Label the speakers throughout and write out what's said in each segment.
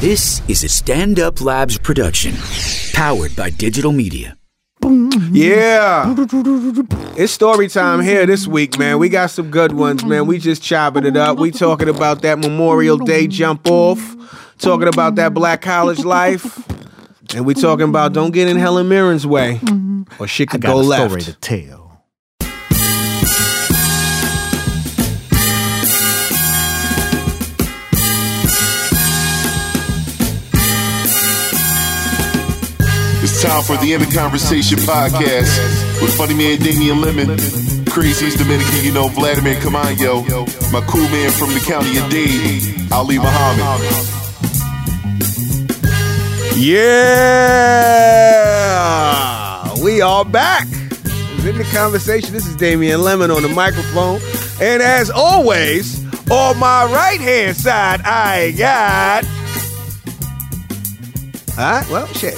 Speaker 1: This is a Stand Up Labs production, powered by digital media.
Speaker 2: Yeah. It's story time here this week, man. We got some good ones, man. We just chopping it up. We talking about that Memorial Day jump off, talking about that black college life, and we talking about don't get in Helen Mirren's way or shit
Speaker 3: I
Speaker 2: could
Speaker 3: got
Speaker 2: go
Speaker 3: a
Speaker 2: left.
Speaker 3: story to tell.
Speaker 4: It's time for the End of Conversation podcast with funny man Damian Lemon, craziest Dominican you know, Vladimir Camayo, my cool man from the county of Dade, Ali Muhammad.
Speaker 2: Yeah, we are back. It's in the conversation. This is Damian Lemon on the microphone, and as always, on my right hand side, I got. All right, well, shit.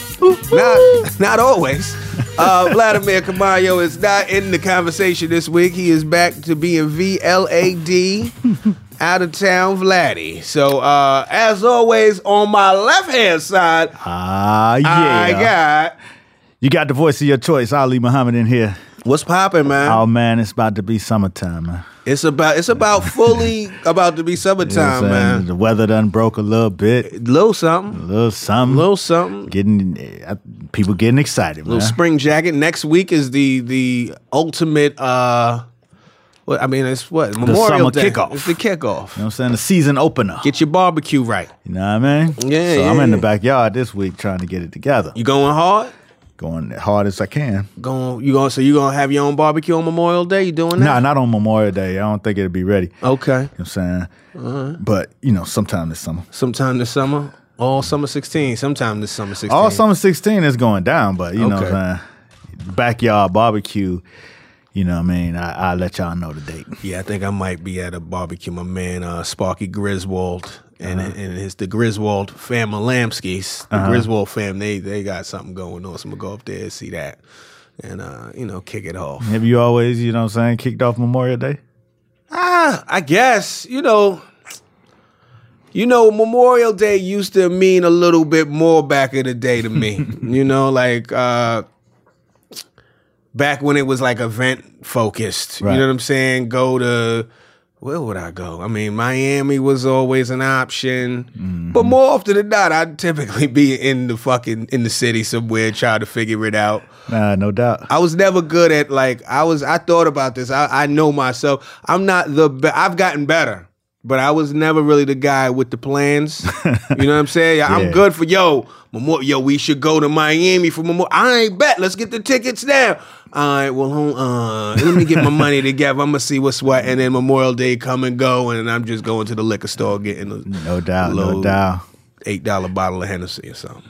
Speaker 2: Not, not always. Uh, Vladimir Camayo is not in the conversation this week. He is back to being VLAD, out of town Vladdy. So, uh, as always, on my left hand side,
Speaker 3: Ah, yeah.
Speaker 2: I got.
Speaker 3: you got the voice of your choice, Ali Muhammad, in here.
Speaker 2: What's popping, man?
Speaker 3: Oh man, it's about to be summertime, man.
Speaker 2: it's about it's about fully about to be
Speaker 3: You know what I'm
Speaker 2: summertime,
Speaker 3: saying?
Speaker 2: man.
Speaker 3: The weather done broke a little bit,
Speaker 2: Little something,
Speaker 3: a little something,
Speaker 2: little something,
Speaker 3: getting uh, people getting excited, man.
Speaker 2: little spring jacket. Next week is the the ultimate. uh What I mean, it's what Memorial
Speaker 3: summer
Speaker 2: Day.
Speaker 3: kickoff.
Speaker 2: It's the kickoff.
Speaker 3: you know what I'm saying? The season opener.
Speaker 2: Get your barbecue right.
Speaker 3: you know what I mean?
Speaker 2: Yeah,
Speaker 3: So
Speaker 2: yeah,
Speaker 3: I'm in the
Speaker 2: yeah.
Speaker 3: backyard this week trying to get it together,
Speaker 2: You going hard?
Speaker 3: going as hard as I can.
Speaker 2: Going you going? So you gonna have your own barbecue on Memorial Day? You doing
Speaker 3: Nah,
Speaker 2: that?
Speaker 3: not on Memorial Day. I don't think it'll be ready. You know
Speaker 2: Okay.
Speaker 3: what I'm saying?
Speaker 2: Uh-huh.
Speaker 3: But you know, sometime this summer.
Speaker 2: Sometime this summer. All summer sixteen. Sometime this summer sixteen.
Speaker 3: All summer 16 is going down, but you know what
Speaker 2: Okay.
Speaker 3: I'm saying? Backyard barbecue, you know what I mean? I, I'll let y'all know the date.
Speaker 2: Yeah, I think I might be at a barbecue. My man uh, Sparky Griswold and and his the Griswold fam Lamskis, the Griswold fam, they they got something going on. So I'm gonna go up there and see that, and uh, you know, kick it off.
Speaker 3: Have you always, you know what I'm saying, kicked off Memorial Day?
Speaker 2: Ah, I guess you know. You know, Memorial Day used to mean a little bit more back in the day to me. you know, like uh back when it was like event focused.
Speaker 3: Right.
Speaker 2: You know what I'm saying? Go to where would I go? I mean, Miami was always an option, but more often than not, I'd typically be in the fucking in the city somewhere trying to figure it out.
Speaker 3: Nah, no doubt.
Speaker 2: I was never good at like I was. I thought about this. I, I know myself. I'm not the. Be- I've gotten better, but I was never really the guy with the plans. you know what I'm saying?
Speaker 3: Yeah.
Speaker 2: I'm good for yo. Memorial, yo, we should go to Miami for Memorial. I ain't bet. Let's get the tickets now. All right. Well, hold on. Let me get my money together. I'm gonna see what's what, and then Memorial Day come and go, and I'm just going to the liquor store getting a
Speaker 3: No doubt, no
Speaker 2: Low.
Speaker 3: doubt.
Speaker 2: eight dollar bottle of Hennessy or something.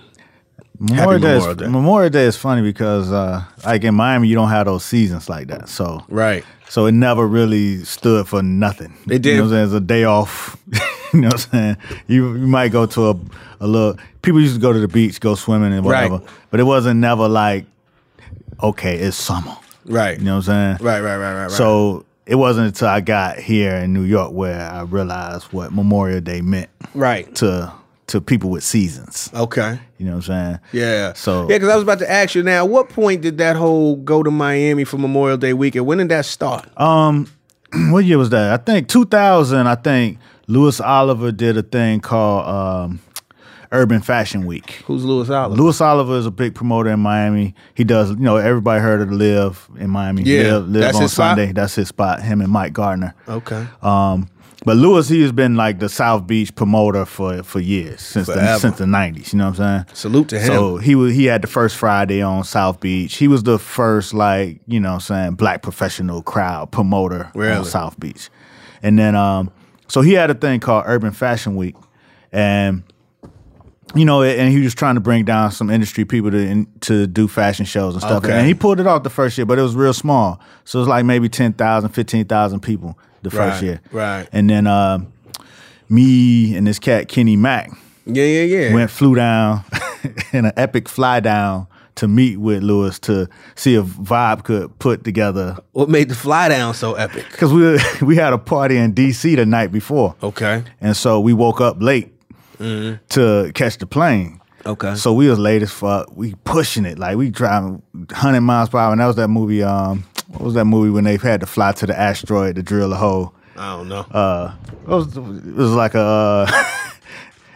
Speaker 3: Memorial Day,
Speaker 2: Memorial
Speaker 3: is,
Speaker 2: Day.
Speaker 3: Memorial Day is funny because, uh, like in Miami, you don't have those seasons like that. So,
Speaker 2: Right.
Speaker 3: so it never really stood for nothing.
Speaker 2: It
Speaker 3: You
Speaker 2: did.
Speaker 3: know what I'm saying? It's a day off. you know what I'm saying? You, you might go to a, a little, people used to go to the beach, go swimming and
Speaker 2: Right.
Speaker 3: whatever, but it wasn't never like, okay, it's summer.
Speaker 2: Right.
Speaker 3: You know what I'm saying?
Speaker 2: Right. Right. Right. Right. Right.
Speaker 3: So it wasn't until I got here in New York where I realized what Memorial Day meant
Speaker 2: right.
Speaker 3: to to people with seasons.
Speaker 2: Okay.
Speaker 3: You know what I'm saying?
Speaker 2: Yeah.
Speaker 3: So-
Speaker 2: yeah, because I was about to ask you now, at what point did that whole go to Miami for Memorial Day weekend? When did that start?
Speaker 3: Uh, what year was that? I think 2000. I think Lewis Oliver did a thing called um, Urban Fashion Week.
Speaker 2: Who's Louis Oliver?
Speaker 3: Lewis Oliver is a big promoter in Miami. He does, you know, everybody heard of Live in Miami.
Speaker 2: Yeah,
Speaker 3: Live, Live
Speaker 2: that's
Speaker 3: on
Speaker 2: his spot?
Speaker 3: Sunday. That's his spot. Him and Mike Gardner.
Speaker 2: Okay.
Speaker 3: Um, but Lewis, he has been like the South Beach promoter for for years since the,
Speaker 2: Forever.
Speaker 3: since the nineties. You know what I'm saying?
Speaker 2: Salute to him.
Speaker 3: So he was he had the first Friday on South Beach. He was the first like you know what I'm saying black professional crowd promoter on
Speaker 2: Really?
Speaker 3: South Beach, and then um so he had a thing called Urban Fashion Week, and you know and he was trying to bring down some industry people to in, to do fashion shows and stuff.
Speaker 2: Okay.
Speaker 3: And he pulled it off the first year, but it was real small. So it was like maybe 10,000, 15,000 people the
Speaker 2: Right,
Speaker 3: first year.
Speaker 2: right.
Speaker 3: And then uh, me and this cat Kenny Mack
Speaker 2: yeah, yeah, yeah.
Speaker 3: went flew down in an epic fly down to meet with Lewis to see if Vibe could put together
Speaker 2: what made the fly down so epic?
Speaker 3: because we we had a party in D.C. the night before,
Speaker 2: Okay.
Speaker 3: and so we woke up late. to catch the plane.
Speaker 2: Mm-hmm. Okay.
Speaker 3: So we was late as fuck. We pushing it like we driving 100 miles per hour. And that was that movie. Um, what was that movie when they had to fly to the asteroid to drill a hole?
Speaker 2: I don't know.
Speaker 3: uh, it was, it was like a uh,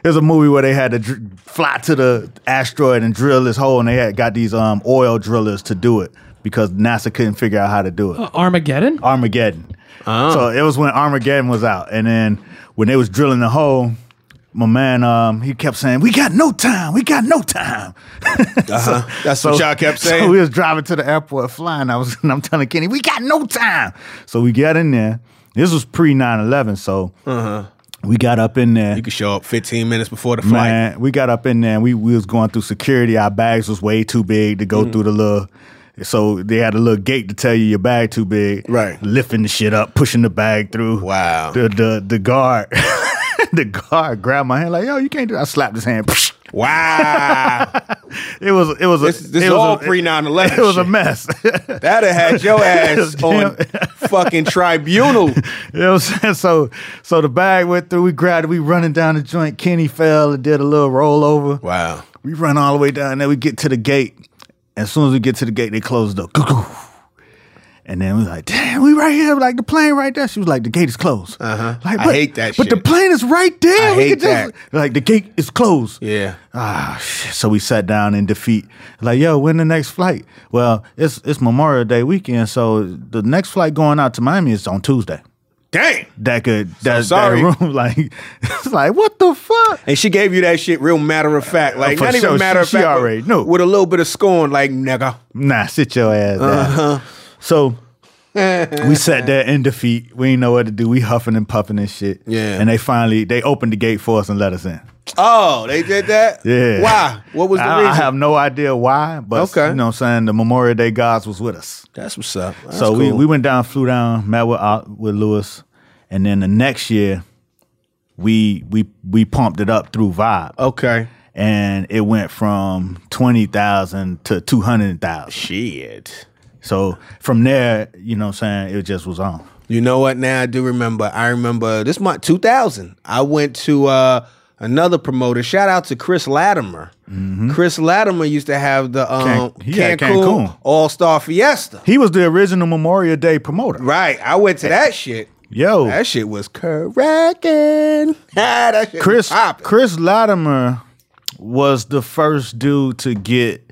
Speaker 3: it was a movie where they had to dr- fly to the asteroid and drill this hole, and they had got these um oil drillers to do it because NASA couldn't figure out how to do it.
Speaker 5: Oh.
Speaker 6: Armageddon?
Speaker 3: Armageddon. So it was when Armageddon was out, and then when they was drilling the hole, my man um he kept saying, "We got no time, we got no time."
Speaker 2: Uh-huh. That's what y'all kept saying.
Speaker 3: So we was driving to the airport flying. I was and I'm telling Kenny, we got no time. So we got in there. This was pre 9-11, so we got up in there.
Speaker 2: Uh-huh. you could show up 15 minutes before the flight.
Speaker 3: Man, we got up in there and we, we was going through security. Our bags was way too big to go
Speaker 2: Mm-hmm.
Speaker 3: through the little so they had a little gate to tell you your bag too big.
Speaker 2: Right.
Speaker 3: Lifting the shit up, pushing the bag through.
Speaker 2: Wow.
Speaker 3: The the the guard the guard grabbed my hand like, yo, you can't do that. I slapped his hand.
Speaker 2: Wow.
Speaker 3: It was it was a-
Speaker 2: This- this
Speaker 3: it
Speaker 2: is
Speaker 3: was
Speaker 2: all
Speaker 3: a-
Speaker 2: pre-9/11
Speaker 3: It was a
Speaker 2: shit.
Speaker 3: mess.
Speaker 2: That'd have had your ass on fucking tribunal.
Speaker 3: You know what I'm saying? So so the bag went through, we grabbed it, we running down the joint. Kenny fell and did a little rollover.
Speaker 2: Wow.
Speaker 3: We run all the way down there, we get to the gate. As soon as we get to the gate, they close the door. Cuckoo. And then we like, damn, we right here, like the plane right there. She was like, the gate is closed. Uh-huh. Like,
Speaker 2: I hate that
Speaker 3: But the
Speaker 2: shit.
Speaker 3: plane is right there.
Speaker 2: I
Speaker 3: we
Speaker 2: hate
Speaker 3: could just-
Speaker 2: that.
Speaker 3: like the gate is closed.
Speaker 2: Yeah.
Speaker 3: Ah, shit. So we sat down in defeat. Like, yo, when the next flight? Well, it's it's Memorial Day weekend, so the next flight going out to Miami is on Tuesday.
Speaker 2: Dang.
Speaker 3: That could that,
Speaker 2: sorry.
Speaker 3: that room like it's like what the fuck?
Speaker 2: And she gave you that shit real matter of fact. Like,
Speaker 3: Uh, for
Speaker 2: not
Speaker 3: sure.
Speaker 2: even matter of
Speaker 3: She- she
Speaker 2: fact. but
Speaker 3: already knew.
Speaker 2: With a little bit of scorn, like, nigga.
Speaker 3: Nah, sit your ass down.
Speaker 2: Uh-huh.
Speaker 3: So we sat there in defeat. We didn't know what to do. We huffing and puffing and shit.
Speaker 2: Yeah.
Speaker 3: And they finally they opened the gate for us and let us in.
Speaker 2: Oh, they did that?
Speaker 3: Yeah.
Speaker 2: Why? What was the
Speaker 3: I,
Speaker 2: reason?
Speaker 3: I have no idea why, but
Speaker 2: Okay.
Speaker 3: you know what I'm saying? The Memorial Day gods was with us.
Speaker 2: That's what's up. That's
Speaker 3: so we,
Speaker 2: cool.
Speaker 3: we went down, flew down, met with uh, with Lewis, and then the next year we we we pumped it up through Vibe,
Speaker 2: Okay.
Speaker 3: and it went from twenty thousand to two hundred thousand.
Speaker 2: Shit.
Speaker 3: So from there, you know, what I'm saying it just was on.
Speaker 2: You know what? Now I do remember. I remember this month, 2000. I went to uh, another promoter. Shout out to Chris Latimer. Chris Latimer used to have the um,
Speaker 3: Can- he had
Speaker 2: Cancun,
Speaker 3: Cancun.
Speaker 2: All Star Fiesta.
Speaker 3: He was the original Memorial Day promoter.
Speaker 2: Right. I went to that shit.
Speaker 3: Yo,
Speaker 2: That shit was cracking. Ah, that shit
Speaker 3: Chris
Speaker 2: was popping.
Speaker 3: Chris Latimer was the first dude to get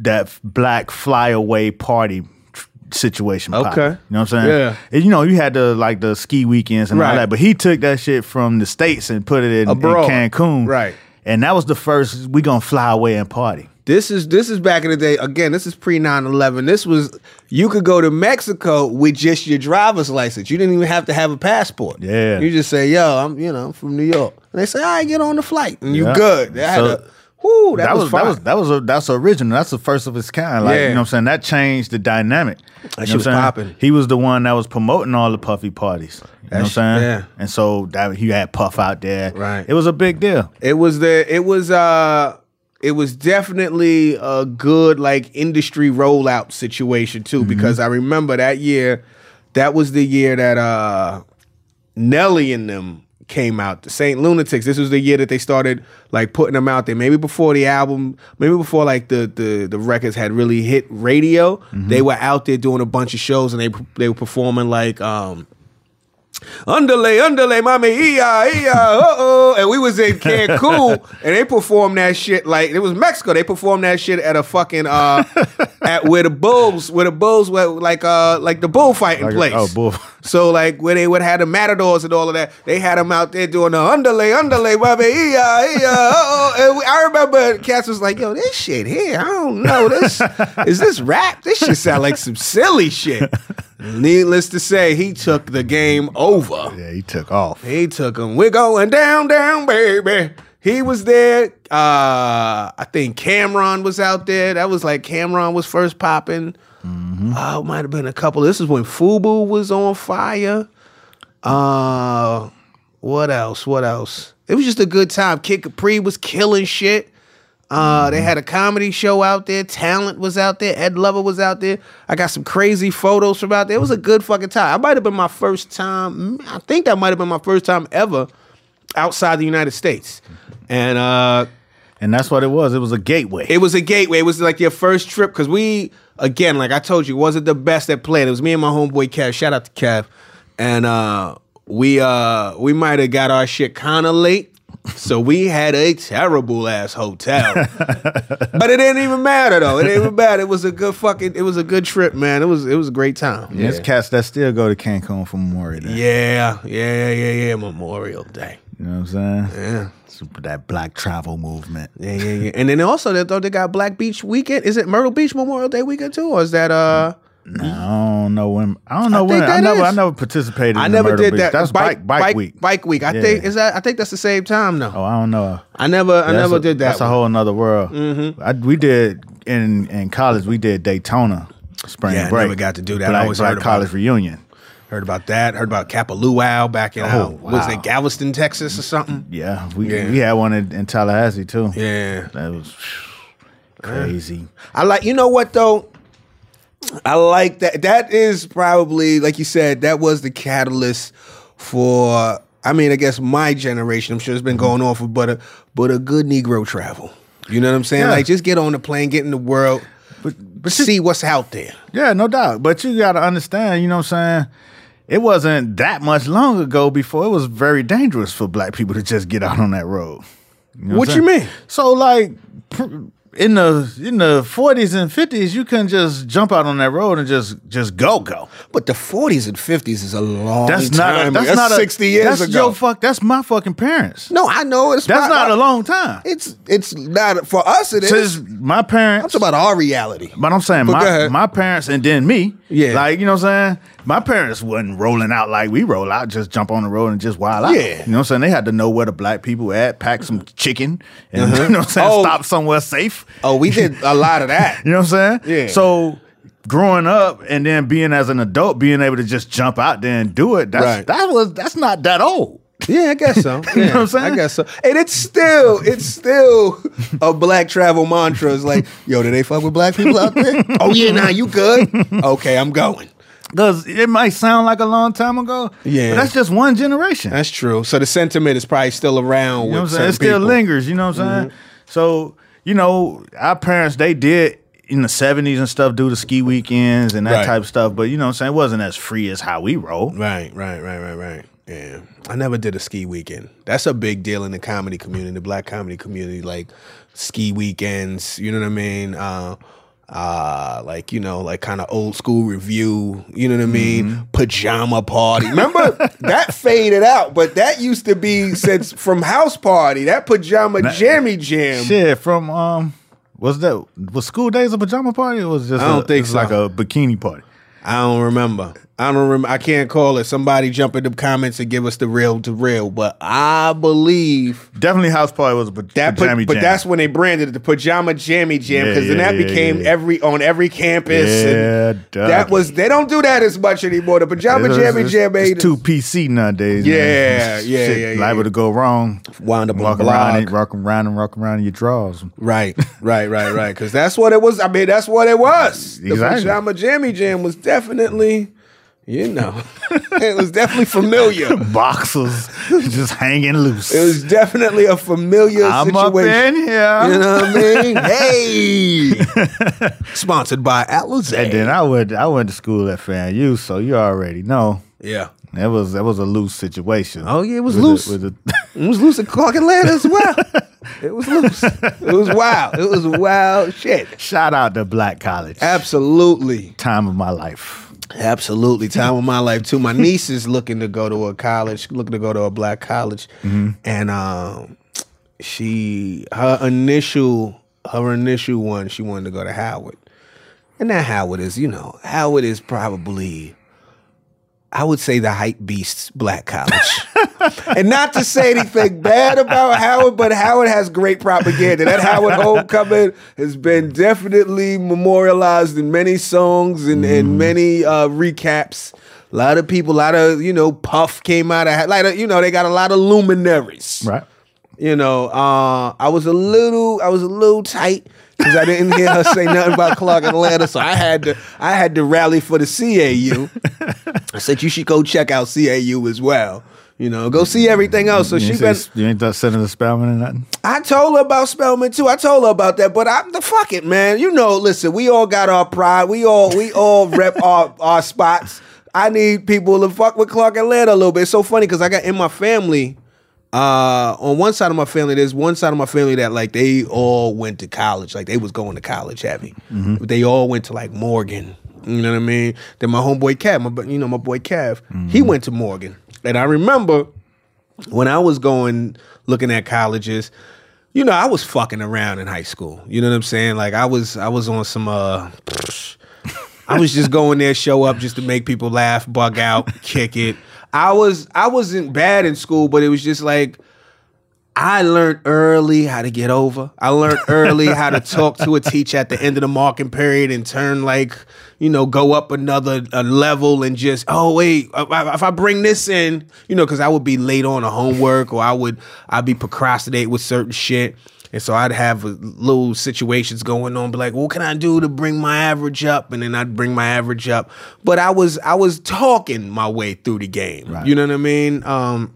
Speaker 3: that black flyaway party tr- situation. poppin'.
Speaker 2: Okay.
Speaker 3: you know what I'm saying?
Speaker 2: Yeah.
Speaker 3: And, you know you had the like the ski weekends and all
Speaker 2: Right.
Speaker 3: that, but he took that shit from the states and put it in, in
Speaker 2: Abroad.
Speaker 3: Cancun.
Speaker 2: Right.
Speaker 3: And that was the first we gonna fly away and party.
Speaker 2: This is this is back in the day. Again, this is pre 9-11. This was you could go to Mexico with just your driver's license. You didn't even have to have a passport.
Speaker 3: Yeah.
Speaker 2: You just say, yo, I'm you know, I'm from New York. And they say, all right, get on the flight. And
Speaker 3: Yeah.
Speaker 2: you good. That, had
Speaker 3: So-
Speaker 2: a, whew, that, was,
Speaker 3: that
Speaker 2: fine.
Speaker 3: was that was a, that's original. That's the first of its kind. Like
Speaker 2: Yeah.
Speaker 3: you know what I'm saying? That changed the dynamic. That
Speaker 2: shit was poppin'.
Speaker 3: He was the one that was promoting all the puffy parties. You know what I'm
Speaker 2: That
Speaker 3: saying?
Speaker 2: shit- yeah.
Speaker 3: And so that he had Puff out there.
Speaker 2: Right.
Speaker 3: It was a big deal.
Speaker 2: It was the it was uh it was definitely a good like industry rollout situation too
Speaker 3: Mm-hmm.
Speaker 2: because I remember that year that was the year that uh Nelly and them came out the Saint Lunatics this was the year that they started like putting them out there maybe before the album maybe before like the the the records had really hit radio
Speaker 3: Mm-hmm.
Speaker 2: they were out there doing a bunch of shows and they they were performing like um underlay, underlay, mommy, ee-ah, ee-ah, uh-oh. And we was in Cancun, and they performed that shit like, it was Mexico. They performed that shit at a fucking, uh, at where the bulls, where the bulls were, like, uh, like the bullfighting
Speaker 3: Like a-
Speaker 2: place.
Speaker 3: oh, bull.
Speaker 2: So, like, where they would have the matadors and all of that, they had them out there doing the underlay, underlay, mommy, ee-ah, ee-ah, uh-oh. And we, I remember Cass was like, yo, this shit here, I don't know, this, is this rap? This shit sound like some silly shit. Needless to say, he took the game over.
Speaker 3: Yeah, he took off.
Speaker 2: He took him. We're going down, down, baby. He was there. Uh, I think Cameron was out there. That was like Cameron was first popping. Oh, it might have been a couple. This is when Fubu was on fire. Uh, what else? What else? It was just a good time. Kid Capri was killing shit. Uh, they had a comedy show out there. Talent was out there. Ed Lover was out there. I got some crazy photos from out there. It was a good fucking time. I might have been my first time. I think that might have been my first time ever outside the United States, and uh,
Speaker 3: And that's what it was. It was a gateway.
Speaker 2: it was a gateway. It was like your first trip because we, again, like I told you, wasn't the best at playing. It was me and my homeboy Kev. Shout out to Kev, and uh, we uh, we might have got our shit kind of late, so we had a terrible ass hotel. but it didn't even matter though. It didn't even matter. It was a good fucking. It was a good trip, man. It was it was a great time.
Speaker 3: There's cats that still go to Cancun for Memorial Day.
Speaker 2: Yeah, yeah, yeah, yeah. Memorial Day.
Speaker 3: You know what I'm saying? Yeah. that black travel movement.
Speaker 2: Yeah, yeah, yeah. And then also they thought they got Black Beach weekend. Is it Myrtle Beach Memorial Day weekend too, or is that uh?
Speaker 3: I don't know when. I don't know
Speaker 2: I
Speaker 3: when.
Speaker 2: think
Speaker 3: I
Speaker 2: that
Speaker 3: never. I
Speaker 2: is.
Speaker 3: never participated.
Speaker 2: I
Speaker 3: in
Speaker 2: never
Speaker 3: the Myrtle
Speaker 2: did
Speaker 3: Beach.
Speaker 2: that.
Speaker 3: That's bike, bike week.
Speaker 2: Bike week. I
Speaker 3: Yeah.
Speaker 2: think is that. I think that's the same time though.
Speaker 3: Oh, I don't know.
Speaker 2: I never. I
Speaker 3: That's
Speaker 2: never
Speaker 3: a-
Speaker 2: did that.
Speaker 3: That's a
Speaker 2: one. Mm-hmm.
Speaker 3: whole another world. I, we did in in college. We did Daytona spring
Speaker 2: Yeah, I
Speaker 3: break.
Speaker 2: never got to do that. I
Speaker 3: Black,
Speaker 2: always
Speaker 3: black
Speaker 2: heard about
Speaker 3: college
Speaker 2: it.
Speaker 3: reunion.
Speaker 2: Heard about that. Heard about Kapalua back in uh,
Speaker 3: Oh,
Speaker 2: was
Speaker 3: wow.
Speaker 2: it Galveston, Texas, or something?
Speaker 3: Yeah, we
Speaker 2: Yeah.
Speaker 3: we had one in, in Tallahassee too.
Speaker 2: Yeah.
Speaker 3: that was crazy.
Speaker 2: I like. You know what though. I like that. That is probably like you said. That was the catalyst for. I mean, I guess my generation. I'm sure it's been
Speaker 3: Mm-hmm.
Speaker 2: going on for, but a but a good Negro travel. You know what I'm saying?
Speaker 3: Yeah.
Speaker 2: Like just get on the plane, get in the world,
Speaker 3: But
Speaker 2: but see what's out there.
Speaker 3: Yeah, no doubt. But you got to understand, you know what I'm saying? It wasn't that much long ago before it was very dangerous for black people to just get out on that road. know
Speaker 2: What
Speaker 3: I'm
Speaker 2: you
Speaker 3: saying?
Speaker 2: mean?
Speaker 3: So like pr- in the in the 40s and 50s, you couldn't just jump out on that road and just just go go.
Speaker 2: But the 40s and 50s is a long
Speaker 3: That's not
Speaker 2: time.
Speaker 3: a, that's, not a,
Speaker 2: 60 years
Speaker 3: that's
Speaker 2: ago.
Speaker 3: Your fuck, that's my fucking parents.
Speaker 2: no, I know it's
Speaker 3: that's
Speaker 2: my-
Speaker 3: not a long time.
Speaker 2: It's it's not for us. It is.
Speaker 3: Since my parents,
Speaker 2: I'm talking about our reality.
Speaker 3: But I'm saying
Speaker 2: But go
Speaker 3: my,
Speaker 2: ahead.
Speaker 3: my parents and then me.
Speaker 2: Yeah.
Speaker 3: Like, you know what I'm saying? My parents wasn't rolling out like we roll out, just jump on the road and just wild out.
Speaker 2: Yeah.
Speaker 3: You know what I'm saying? They had to know where the black people at, pack some chicken, and you know what I'm saying,
Speaker 2: Oh.
Speaker 3: stop somewhere safe.
Speaker 2: Oh, we did a lot of that.
Speaker 3: You know what I'm saying?
Speaker 2: Yeah.
Speaker 3: So growing up and then being as an adult, being able to just jump out there and do it, that's
Speaker 2: Right.
Speaker 3: that was that's not that old.
Speaker 2: Yeah, I guess so.
Speaker 3: You know
Speaker 2: Yeah,
Speaker 3: what I'm saying?
Speaker 2: I guess so. And it's still, it's still a black travel mantra. It's like, yo, do they fuck with black people out there? oh yeah, nah, you good? Okay, I'm going.
Speaker 3: Because it might sound like a long time ago.
Speaker 2: Yeah.
Speaker 3: But that's just one generation.
Speaker 2: That's true. So the sentiment is probably still around.
Speaker 3: You know
Speaker 2: with
Speaker 3: what I'm saying? It
Speaker 2: certain
Speaker 3: still
Speaker 2: people. Mm-hmm.
Speaker 3: lingers, you know what I'm saying? So, you know, our parents, they did in the 70s and stuff do the ski weekends and that
Speaker 2: Right.
Speaker 3: type of stuff, but you know what I'm saying? It wasn't as free as how we roll.
Speaker 2: Right, right, right, right, right. Yeah. I never did a ski weekend. That's a big deal in the comedy community, the black comedy community, like ski weekends, you know what I mean? Uh uh like you know like kind of old school review you know what i mean pajama party remember that faded out but that used to be since from house party that pajama jammy jam
Speaker 3: Shit, from um was that was school days a pajama party or was it just
Speaker 2: I don't
Speaker 3: a-
Speaker 2: think
Speaker 3: it's like
Speaker 2: so.
Speaker 3: a bikini party?
Speaker 2: I don't remember. I don't remember. I can't call it. Somebody jump in the comments and give us the real to real. But I believe
Speaker 3: Definitely house party was a pa-
Speaker 2: that. pa-
Speaker 3: pajama
Speaker 2: but
Speaker 3: jam.
Speaker 2: that's when they branded it the pajama jammy jam
Speaker 3: Yeah,
Speaker 2: because then
Speaker 3: yeah,
Speaker 2: that
Speaker 3: yeah,
Speaker 2: became
Speaker 3: yeah.
Speaker 2: every on every campus. and
Speaker 3: Yeah,
Speaker 2: that was they don't do that as much anymore. The pajama
Speaker 3: It's-
Speaker 2: jammy
Speaker 3: it's-
Speaker 2: jam made
Speaker 3: It's too PC nowadays. man.
Speaker 2: Yeah, yeah,
Speaker 3: Shit
Speaker 2: yeah, yeah,
Speaker 3: Liable
Speaker 2: yeah.
Speaker 3: to go wrong.
Speaker 2: wound up on
Speaker 3: Walk
Speaker 2: the
Speaker 3: around,
Speaker 2: blog.
Speaker 3: and, walk around and walk around in your drawers.
Speaker 2: Right, right, right, right. Because that's what it was. I mean, that's what it was. The
Speaker 3: Exactly.
Speaker 2: pajama jammy jam was definitely, you know, it was definitely familiar.
Speaker 3: boxers just hanging loose.
Speaker 2: It was definitely a familiar
Speaker 3: I'm
Speaker 2: situation.
Speaker 3: up in here.
Speaker 2: You know what I mean? hey, sponsored by Atlas.
Speaker 3: And then I went I went to school at FAMU, so you already know.
Speaker 2: yeah,
Speaker 3: That was that was a loose situation.
Speaker 2: Oh, yeah, it was
Speaker 3: With the-
Speaker 2: loose.
Speaker 3: with the-
Speaker 2: it was loose at Clark Atlanta as well. It was loose. It was wild. It was wild shit.
Speaker 3: shout out to Black College.
Speaker 2: Absolutely,
Speaker 3: Time of my life.
Speaker 2: absolutely. Time of my life too. My niece is looking to go to a college, looking to go to a black college, and um, she her initial her initial one she wanted to go to Howard, and that Howard is you know Howard is probably I would say the hype beasts black college, and not to say anything bad about Howard, but Howard has great propaganda. That Howard homecoming has been definitely memorialized in many songs and and many uh, recaps. A lot of people, a lot of you know, Puff came out of Ho- like you know they got a lot of luminaries
Speaker 3: Right.
Speaker 2: you know, uh, I was a little, I was a little tight because I didn't hear her say nothing about Clark Atlanta, so I had to, I had to rally for the CAU. I said you should go check out CAU as well. You know, go see everything else. So
Speaker 3: You
Speaker 2: she
Speaker 3: ain't,
Speaker 2: been.
Speaker 3: say, you ain't done sending the Spellman or nothing?
Speaker 2: I told her about Spellman too. I told her about that, but I'm the fuck it, man. You know, listen, we all got our pride. We all we all rep our our spots. I need people to fuck with Clark Atlanta a little bit. It's so funny because I got in my family. Uh, on one side of my family, there's one side of my family that like they all went to college, like they was going to college heavy. They all went to like Morgan, you know what I mean? Then my homeboy Cav, my bu- you know my boy Cav, he went to Morgan, and I remember when I was going looking at colleges, you know, I was fucking around in high school. You know what I'm saying? Like I was I was on some uh I was just going there, show up just to make people laugh, bug out, kick it. I was I wasn't bad in school, but it was just like I learned early how to get over. I learned early how to talk to a teacher at the end of the marking period and turn like, you know, go up another a level and just, oh wait, if I- if I bring this in, you know, because I would be late on a homework or I would I'd be procrastinate with certain shit. And so I'd have uh, little situations going on, be like, what can I do to bring my average up? And then I'd bring my average up. But I was I was talking my way through the game. You know what I mean? Um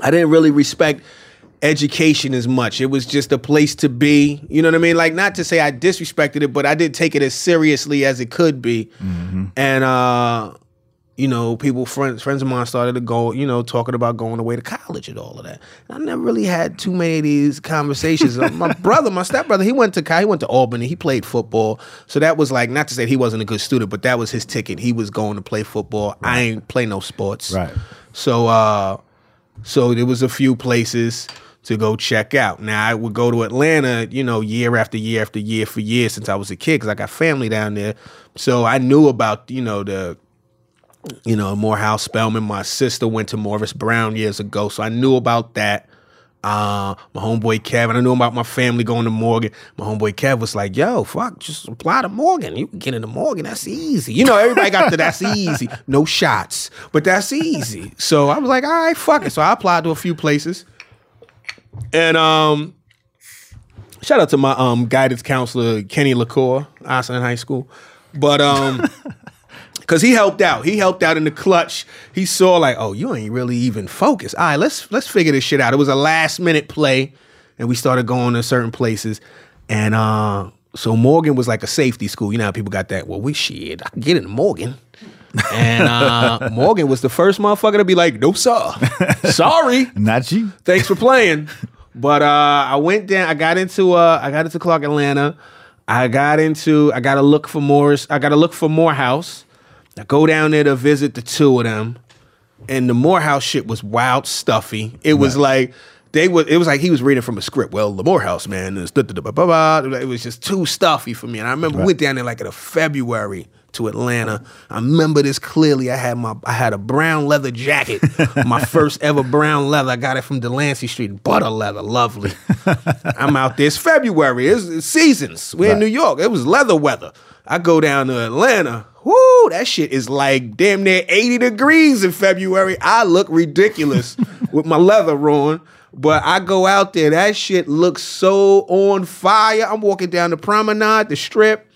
Speaker 2: I didn't really respect education as much. It was just a place to be. You know what I mean? Like not to say I disrespected it, but I didn't take it as seriously as it could be. And uh, you know, people friends friends of mine started to go, you know, talking about going away to college and all of that. And I never really had too many of these conversations. Uh, my brother, my stepbrother, he went to co- he went to Albany. He played football. So that was like not to say he wasn't a good student, but that was his ticket. He was going to play football. I ain't play no sports.
Speaker 3: Right.
Speaker 2: So uh so there was a few places to go check out. Now I would go to Atlanta, you know, year after year after year for years since I was a kid because I got family down there. So I knew about you know the, you know Morehouse Spelman. My sister went to Morris Brown years ago, so I knew about that. Uh, my homeboy Kevin, I knew about my family going to Morgan. My homeboy Kev was like, "Yo, fuck, just apply to Morgan. You can get into Morgan. That's easy. You know, everybody got to that's easy. No shots, but that's easy." So I was like, "All right, fuck it." So I applied to a few places, and um, shout out to my um guidance counselor Kenny Lacour, Austin High School, but um. Cause he helped out. He helped out in the clutch. He saw like, oh, you ain't really even focused. All right, let's let's figure this shit out. It was a last minute play, and we started going to certain places. And uh, so Morgan was like a safety school. You know how people got that? Well, we shit. I can get into Morgan. And uh, Morgan was the first motherfucker to be like, no sir, sorry
Speaker 3: Not you.
Speaker 2: thanks for playing. But uh, I went down. I got into uh, I got into Clark Atlanta. I got into. I got to look for Morris. I got to look for Morehouse. I go down there to visit the two of them, and the Morehouse shit was wild stuffy. It was like they was. It was like he was reading from a script. Well, the Morehouse man is da da da ba ba ba. It was just too stuffy for me. And I remember we went down there like in a February to Atlanta. I remember this clearly. I had my I had a brown leather jacket, my first ever brown leather. I got it from Delancey Street, butter leather, lovely. I'm out there. It's February. It's, it's seasons. We're in New York. It was leather weather. I go down to Atlanta. Whoo, that shit is like damn near 80 degrees in February. I look ridiculous with my leather on. But I go out there, that shit looks so on fire. I'm walking down the promenade, the strip.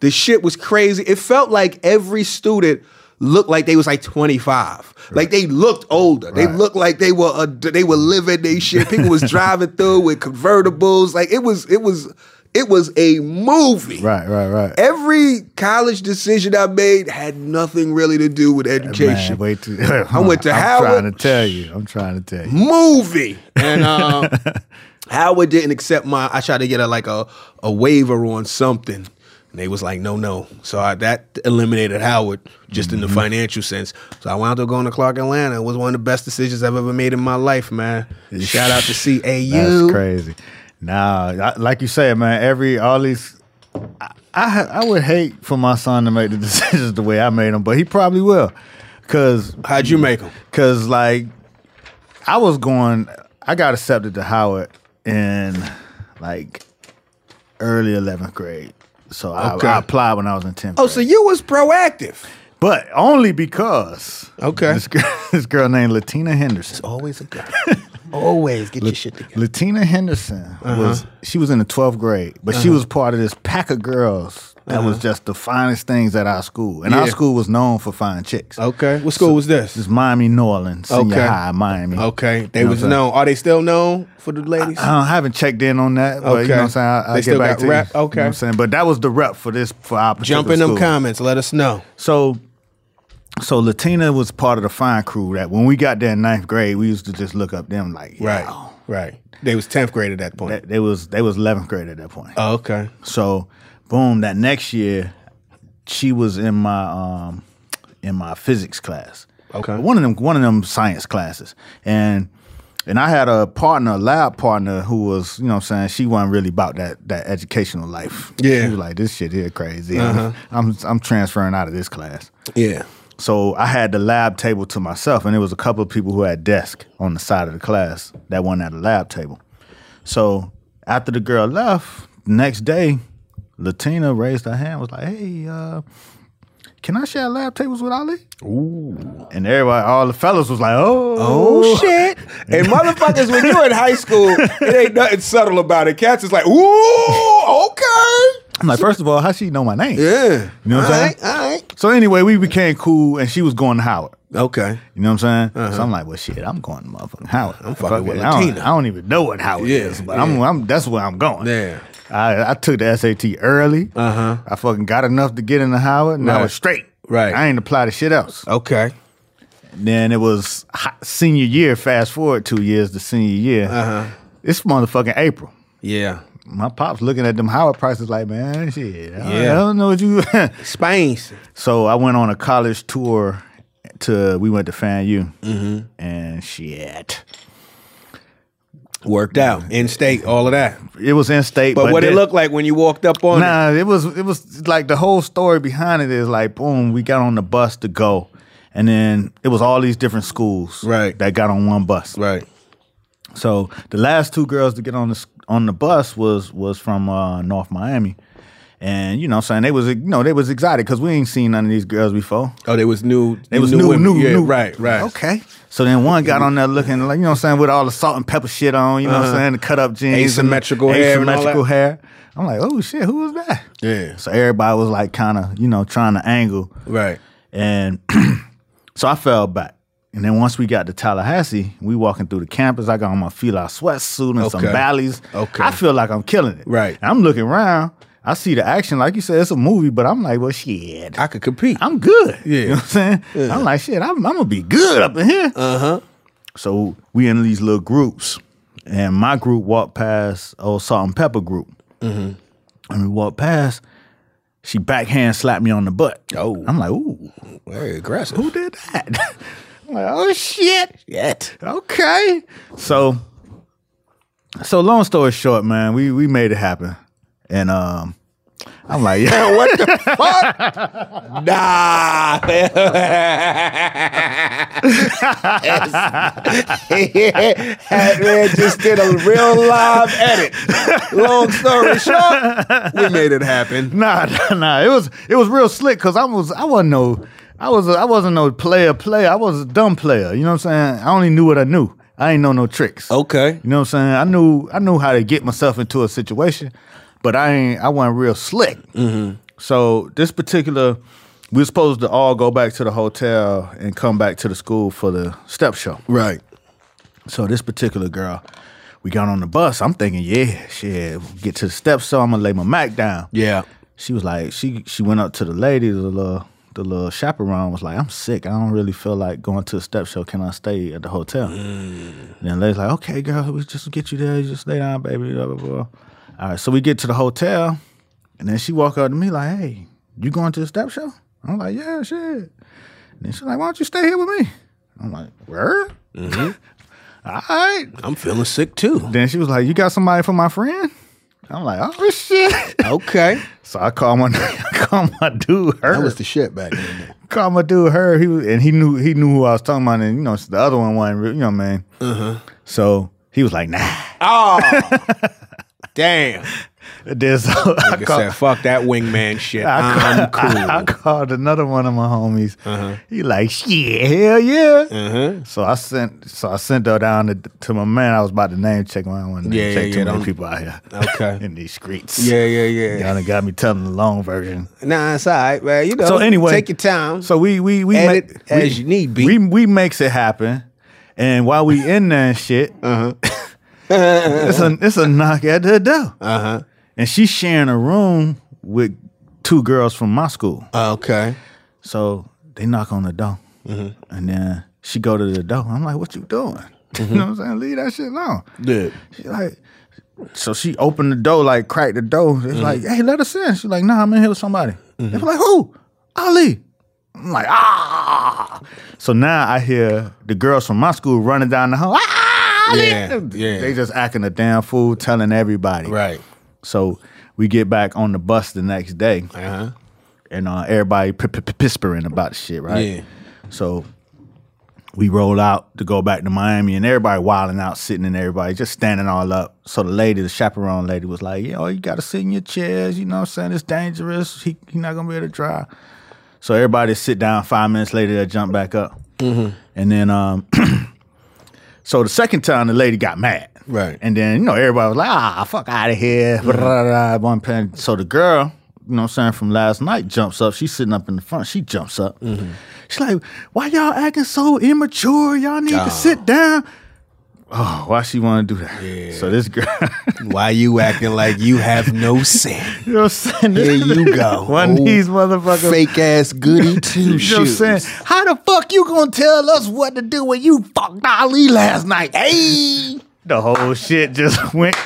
Speaker 2: The shit was crazy. It felt like every student looked like they was like 25. Like they looked older. They
Speaker 3: Right.
Speaker 2: looked like they were ad- they were living they shit. People was driving through with convertibles. Like it was it was it was a movie.
Speaker 3: Right, right, right.
Speaker 2: Every college decision I made had nothing really to do with
Speaker 3: Man,
Speaker 2: education.
Speaker 3: wait till, I
Speaker 2: went to
Speaker 3: I'm
Speaker 2: Howard.
Speaker 3: trying to tell you. I'm trying to tell you.
Speaker 2: movie. And
Speaker 3: uh,
Speaker 2: um, Howard didn't accept my. I tried to get a like a a waiver on something, and they was like, no, no. So I, that eliminated Howard just
Speaker 3: Mm-hmm.
Speaker 2: in the financial sense. So I wound up going to Clark Atlanta. It was one of the best decisions I've ever made in my life, man. Shout out to
Speaker 3: That's
Speaker 2: CAU.
Speaker 3: crazy. Nah, I, like you said, man. Every all these, I, I ha- I would hate for my son to make the decisions the way I made them, but he probably will, cause
Speaker 2: How'd you make them?
Speaker 3: Cause like I was going, I got accepted to Howard in like early eleventh grade. So I,
Speaker 2: Okay.
Speaker 3: I applied when I was in tenth.
Speaker 2: Oh, so you was proactive.
Speaker 3: but only because
Speaker 2: Okay.
Speaker 3: this girl, this girl named Latina Henderson.
Speaker 2: Always a guy.
Speaker 6: Always get your shit together.
Speaker 3: Latina Henderson
Speaker 2: Uh-huh.
Speaker 3: was she was in the twelfth grade, but she was part of this pack of girls that was just the finest things at our school, and our
Speaker 2: Uh-huh. Yeah.
Speaker 3: school was known for fine chicks.
Speaker 2: Okay. What school was
Speaker 3: This is
Speaker 2: this?
Speaker 3: Miami, New Orleans, senior
Speaker 2: Okay.
Speaker 3: high, Miami.
Speaker 2: Okay. They
Speaker 3: You know
Speaker 2: was
Speaker 3: what I'm saying?
Speaker 2: known. Are they still known for the ladies?
Speaker 3: I don't- haven't checked in on that, but you
Speaker 2: Okay.
Speaker 3: know what I'm saying. I, I'll
Speaker 2: They
Speaker 3: get
Speaker 2: still
Speaker 3: back
Speaker 2: got
Speaker 3: to you.
Speaker 2: rep?
Speaker 3: You know what
Speaker 2: Okay.
Speaker 3: I'm saying, but that was the rep for this for our particular
Speaker 2: Jump in them
Speaker 3: school.
Speaker 2: comments. Let us know.
Speaker 3: So, so Latina was part of the fine crew that when we got there in ninth grade, we used to just look up them like
Speaker 2: Right.
Speaker 3: yo.
Speaker 2: Right. They was 10th grade at that point.
Speaker 3: That, they was they was eleventh grade at that point.
Speaker 2: oh, okay.
Speaker 3: So, boom, that next year, she was in my um in my physics class.
Speaker 2: Okay.
Speaker 3: One of them one of them science classes. And and I had a partner, a lab partner who was, you know what I'm saying, she wasn't really about that that educational life.
Speaker 2: Yeah. Uh-huh.
Speaker 3: She was like, this shit here crazy. I'm I'm transferring out of this class.
Speaker 2: Yeah.
Speaker 3: So I had the lab table to myself, and there was a couple of people who had desk on the side of the class that weren't at the lab table. So after the girl left, next day, Latina raised her hand, was like, "Hey, uh, can I share lab tables with Ali?" Ooh, and everybody, all the fellas was like, "Oh,
Speaker 2: Oh shit! And motherfuckers, when you in high school, it ain't nothing subtle about it. Cats is like, ooh, okay,
Speaker 3: I'm like, first of all, how she know my name?
Speaker 2: yeah,
Speaker 3: You know what I'm saying?
Speaker 2: all right,
Speaker 3: So anyway, we became cool, and she was going to Howard.
Speaker 2: okay,
Speaker 3: You know what I'm saying? So I'm like, well, shit, I'm going to motherfucking Howard. I'm
Speaker 2: Uh-huh. fucking with
Speaker 3: I don't,
Speaker 2: Latina.
Speaker 3: I don't even know what Howard
Speaker 2: Yeah,
Speaker 3: is, but I'm,
Speaker 2: yeah.
Speaker 3: I'm that's where I'm going.
Speaker 2: Yeah. Uh-huh.
Speaker 3: I, I took the SAT early. Uh huh. I fucking got enough to get into Howard, and I
Speaker 2: Right.
Speaker 3: was straight.
Speaker 2: Right. Uh-huh.
Speaker 3: I ain't apply to shit else.
Speaker 2: okay,
Speaker 3: And then it was hi- senior year. Fast forward two years to senior year.
Speaker 2: Uh-huh.
Speaker 3: Uh huh. It's motherfucking April.
Speaker 2: yeah.
Speaker 3: My pops looking at them Howard prices like, man, shit. I- I
Speaker 2: Yeah.
Speaker 3: don't know what you.
Speaker 2: Spain's
Speaker 3: So I went on a college tour to we went to Fan U
Speaker 2: Mm-hmm.
Speaker 3: and shit.
Speaker 2: worked out in state, all of that.
Speaker 3: It was in state,
Speaker 2: But, what it
Speaker 3: then-
Speaker 2: looked like when you walked up on it?
Speaker 3: Nah, it was it was like the whole story behind it is like boom, we got on the bus to go, and then it was all these different schools
Speaker 2: Right.
Speaker 3: that got on one bus.
Speaker 2: right?
Speaker 3: So the last two girls to get on the s- on the bus was was from uh, North Miami, and you know, what I'm saying they was you know they was excited because we ain't seen none of these girls before.
Speaker 2: Oh, they was new.
Speaker 3: It was new,
Speaker 2: women.
Speaker 3: new,
Speaker 2: yeah,
Speaker 3: new.
Speaker 2: Right, right.
Speaker 3: Okay. So then one got on there looking like, you know what I'm saying, with all the salt and pepper shit on, you know what I'm saying, the cut up jeans. and
Speaker 2: Uh-huh. Asymmetrical hair and all
Speaker 3: Asymmetrical
Speaker 2: that.
Speaker 3: hair. I'm like, oh shit, who was that?
Speaker 2: Yeah.
Speaker 3: So everybody was like kind of, you know, trying to angle.
Speaker 2: right.
Speaker 3: And so I fell back. And then once we got to Tallahassee, we walking through the campus. I got on my Fila sweatsuit and some
Speaker 2: Okay.
Speaker 3: valleys.
Speaker 2: Okay.
Speaker 3: I feel like I'm killing it.
Speaker 2: Right.
Speaker 3: And I'm looking around. I see the action. Like you said, it's a movie, but I'm like, well, shit.
Speaker 2: I could compete.
Speaker 3: I'm good.
Speaker 2: Yeah.
Speaker 3: You know what I'm saying? I'm like, shit, I'm, I'm gonna be good up in here. Uh-huh. So we in these little groups. And my group walked past old salt and pepper group.
Speaker 2: Mm-hmm.
Speaker 3: And we walked past, she backhand slapped me on the butt.
Speaker 2: Oh.
Speaker 3: I'm like, ooh,
Speaker 2: Very aggressive.
Speaker 3: who did that? I'm like, oh shit.
Speaker 2: Yet.
Speaker 3: Okay. So so long story short, man, we we made it happen. And um I'm like, yeah.
Speaker 2: what the fuck? Nah. Hat man just did a real live edit. Long story short, we made it happen.
Speaker 3: Nah, nah, nah. It was it was real slick because I was I wasn't no I was a, I wasn't no player player. I was a dumb player. You know what I'm saying? I only knew what I knew. I ain't know no tricks.
Speaker 2: Okay.
Speaker 3: You know what I'm saying? I knew I knew how to get myself into a situation, but I ain't I wasn't real slick. So this particular we were supposed to all go back to the hotel and come back to the school for the step show.
Speaker 2: Right.
Speaker 3: So this particular girl, we got on the bus. I'm thinking, yeah, shit, get to the step so I'm gonna lay my Mac down
Speaker 2: Yeah.
Speaker 3: she was like, she she went up to the lady, the little the little chaperone was like, I'm sick. I don't really feel like going to a step show. Can I stay at the hotel? And the lady's like, okay, girl, we just get you there. You just lay down, baby. Blah, blah, blah. All right, so we get to the hotel, and then she walk up to me like, hey, you going to the step show? I'm like, yeah, shit. And then she's like, why don't you stay here with me? I'm like, where? All right.
Speaker 2: I'm feeling sick too.
Speaker 3: Then she was like, you got somebody for my friend? I'm like, oh shit.
Speaker 2: Okay.
Speaker 3: So I called my I called my dude Herb.
Speaker 2: That was the shit back then.
Speaker 3: called my dude Herb. He was, and he knew he knew who I was talking about. And you know the other one wasn't real. You know
Speaker 2: Uh-huh.
Speaker 3: man. So he was like, nah.
Speaker 2: Oh. Damn.
Speaker 3: There's I
Speaker 2: Nigga
Speaker 3: call-
Speaker 2: said, fuck that wingman shit. I'm cool.
Speaker 3: I called another one of my homies.
Speaker 2: Uh-huh.
Speaker 3: He like, shit, hell yeah. So I sent, so I sent her down to, to my man. I was about to name check my one.
Speaker 2: Yeah,
Speaker 3: Yeah, check
Speaker 2: yeah,
Speaker 3: too
Speaker 2: yeah,
Speaker 3: many
Speaker 2: don't-
Speaker 3: people out here.
Speaker 2: Okay.
Speaker 3: in these streets.
Speaker 2: yeah, yeah, yeah.
Speaker 3: Y'all done got me telling the long version.
Speaker 2: Nah, it's all right, man. You know.
Speaker 3: So anyway,
Speaker 2: take your time.
Speaker 3: So we we we
Speaker 2: Edit
Speaker 3: make-
Speaker 2: as you need be.
Speaker 3: We we makes it happen, and while we in there and shit,
Speaker 2: Uh-huh.
Speaker 3: it's a it's a knock at the door, uh
Speaker 2: Uh-huh.
Speaker 3: huh, and she's sharing a room with two girls from my school.
Speaker 2: okay.
Speaker 3: So they knock on the door,
Speaker 2: Mm-hmm.
Speaker 3: and then she go to the door. I'm like, "What you doing?" You know what I'm saying? Leave that shit alone.
Speaker 2: Dude.
Speaker 3: She like, so she opened the door, like cracked the door. It's like, hey, let us in. She's like, nah, I'm in here with somebody. They were like, who? Ali. I'm like, ah. So now I hear the girls from my school running down the hall. Ah, Ali.
Speaker 2: Yeah, yeah.
Speaker 3: They just acting a damn fool, telling everybody.
Speaker 2: Right.
Speaker 3: So we get back on the bus the next day,
Speaker 2: Uh huh.
Speaker 3: and uh, everybody p- p- p- pispering about the shit, right?
Speaker 2: Yeah.
Speaker 3: So we roll out to go back to Miami, and everybody wilding out, sitting in everybody, just standing all up. So the lady, the chaperone lady, was like, "Yo, you gotta sit in your chairs. You know, what I'm saying it's dangerous. He, he not gonna be able to drive." So everybody sit down. Five minutes later, they jump back up,
Speaker 2: Mm-hmm.
Speaker 3: and then um, so the second time the lady got mad,
Speaker 2: Right. Mm-hmm.
Speaker 3: And then you know everybody was like, "Ah, fuck out of here!" Blah, blah, blah, blah, blah. So the girl, you know, what I'm saying from last night, jumps up. She's sitting up in the front. She jumps up.
Speaker 2: Mm-hmm.
Speaker 3: She's like, "Why y'all acting so immature? Y'all need to sit down." Oh, why she want to do that? So this girl,
Speaker 2: Why you acting like you have no sense?
Speaker 3: you know what I'm saying?
Speaker 2: Here you go.
Speaker 3: One of
Speaker 2: Old
Speaker 3: these motherfuckers.
Speaker 2: Fake ass goody two
Speaker 3: You know what I'm
Speaker 2: shoes.
Speaker 3: saying? How the fuck you gonna tell us what to do when you fucked Ali last night? Hey! The whole shit just went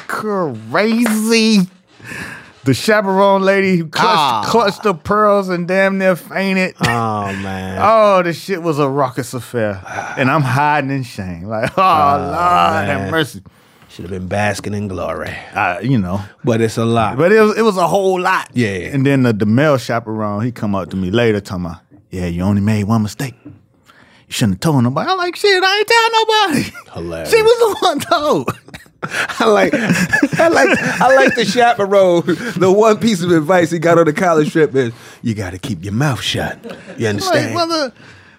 Speaker 3: crazy. The chaperone lady who clutched,
Speaker 2: Ah.
Speaker 3: clutched the pearls and damn near fainted.
Speaker 2: Oh man.
Speaker 3: Oh, this shit was a raucous affair. And I'm hiding in shame. Like, oh, Lord have
Speaker 2: man.
Speaker 3: mercy.
Speaker 2: Should have been basking in glory.
Speaker 3: I, you know,
Speaker 2: But it's a lot.
Speaker 3: But it was it was a whole lot.
Speaker 2: Yeah.
Speaker 3: And then the, the male chaperone, he come up to me later talking about, yeah, you only made one mistake. You shouldn't have told nobody. I'm like, shit, I ain't tell nobody.
Speaker 2: Hilarious.
Speaker 3: She was the one told.
Speaker 2: I like, I like, I like the chaperone. The one piece of advice he got on the college trip is, you got to keep your mouth shut. You
Speaker 3: like,
Speaker 2: understand?
Speaker 3: mother.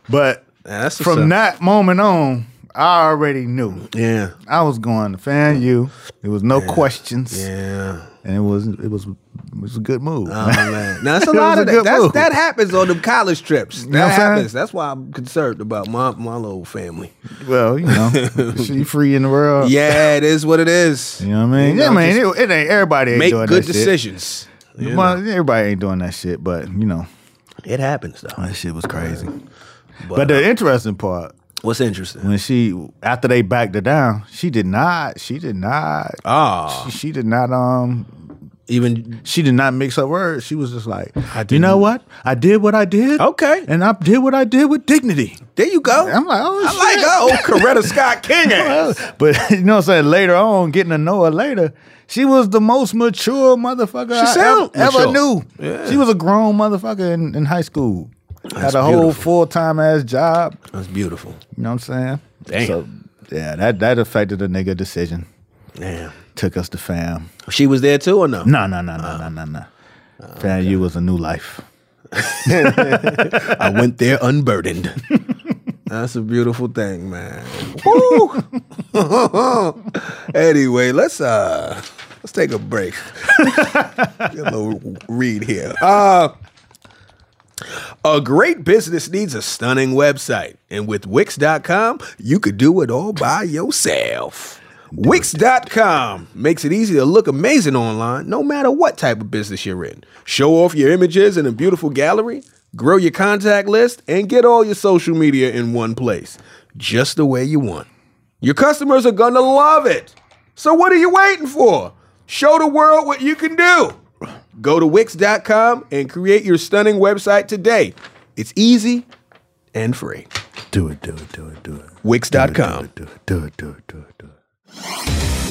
Speaker 3: But
Speaker 2: Yeah, that's what's
Speaker 3: from
Speaker 2: up.
Speaker 3: that moment on, I already knew.
Speaker 2: yeah,
Speaker 3: I was going to fan you. There was no questions.
Speaker 2: yeah.
Speaker 3: And it was it was it was a good move.
Speaker 2: Oh man, now that's a
Speaker 3: It was
Speaker 2: lot
Speaker 3: a
Speaker 2: of that.
Speaker 3: good
Speaker 2: That's,
Speaker 3: move.
Speaker 2: that happens on them college trips. That
Speaker 3: know what I'm saying?
Speaker 2: happens. That's why I'm concerned about my my little family.
Speaker 3: well, you know, she free in the world.
Speaker 2: Yeah, it is what it is.
Speaker 3: You know what I mean? Yeah,
Speaker 2: know,
Speaker 3: man, it, it ain't everybody ain't
Speaker 2: Make
Speaker 3: doing
Speaker 2: good
Speaker 3: that shit.
Speaker 2: decisions. You
Speaker 3: Well,
Speaker 2: know,
Speaker 3: everybody ain't doing that shit, but you know
Speaker 2: it happens though.
Speaker 3: that shit was crazy.
Speaker 2: But, uh,
Speaker 3: But the interesting part
Speaker 2: what's interesting?
Speaker 3: when she after they backed her down, she did not. She did not.
Speaker 2: Ah,
Speaker 3: She, she did not. Um,
Speaker 2: even
Speaker 3: she did not mix up words. She was just like, you
Speaker 2: didn't-
Speaker 3: know what? I did what I did.
Speaker 2: Okay.
Speaker 3: and I did what I did with dignity.
Speaker 2: there you go.
Speaker 3: I'm like, oh,
Speaker 2: I like
Speaker 3: shit.
Speaker 2: her. old Coretta Scott King. ass.
Speaker 3: But you know what I'm saying? Later on, getting to know her later, she was the most mature motherfucker
Speaker 2: She
Speaker 3: I
Speaker 2: sound
Speaker 3: ev- ever,
Speaker 2: mature.
Speaker 3: knew. She was a grown motherfucker in, in high school. Had a whole
Speaker 2: beautiful.
Speaker 3: full time ass job.
Speaker 2: That's beautiful.
Speaker 3: You know what I'm saying?
Speaker 2: Damn.
Speaker 3: So yeah, that that affected the nigga decision.
Speaker 2: Damn.
Speaker 3: Took us to fam.
Speaker 2: She was there too or no?
Speaker 3: No, no, no, no, no, no, no.
Speaker 2: Oh,
Speaker 3: Fam, you was a new life.
Speaker 2: I went there unburdened. That's a beautiful thing, man. Woo! anyway, let's uh let's take a break. Get a little read here. Uh a great business needs a stunning website, and with Wix.com, you could do it all by yourself. Wix.com makes it easy to look amazing online, no matter what type of business you're in. Show off your images in a beautiful gallery, grow your contact list, and get all your social media in one place, just the way you want. Your customers are gonna love it. So what are you waiting for? Show the world what you can do. Go to Wix.com and create your stunning website today. It's easy and free.
Speaker 3: Do it, do it, do it, do it.
Speaker 2: Wix.com.
Speaker 3: Do it, do it, do it, do it, do it.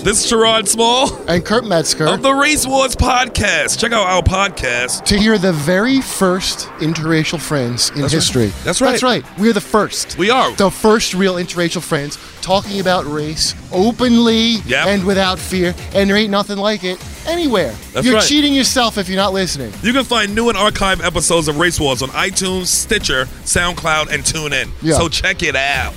Speaker 6: This is Sherrod Small
Speaker 7: and Kurt Metzger
Speaker 6: of the Race Wars Podcast. Check out our podcast.
Speaker 7: to hear the very first interracial friends in
Speaker 6: That's right.
Speaker 7: history.
Speaker 6: That's right.
Speaker 7: That's right. We're the first.
Speaker 6: We are.
Speaker 7: The first real interracial friends talking about race openly
Speaker 6: Yep.
Speaker 7: and without fear, and there ain't nothing like it. anywhere.
Speaker 6: That's
Speaker 7: you're
Speaker 6: right.
Speaker 7: cheating yourself if you're not listening.
Speaker 6: You can find new and archived episodes of Race Wars on iTunes, Stitcher, SoundCloud, and TuneIn.
Speaker 7: Yeah.
Speaker 6: So check it out.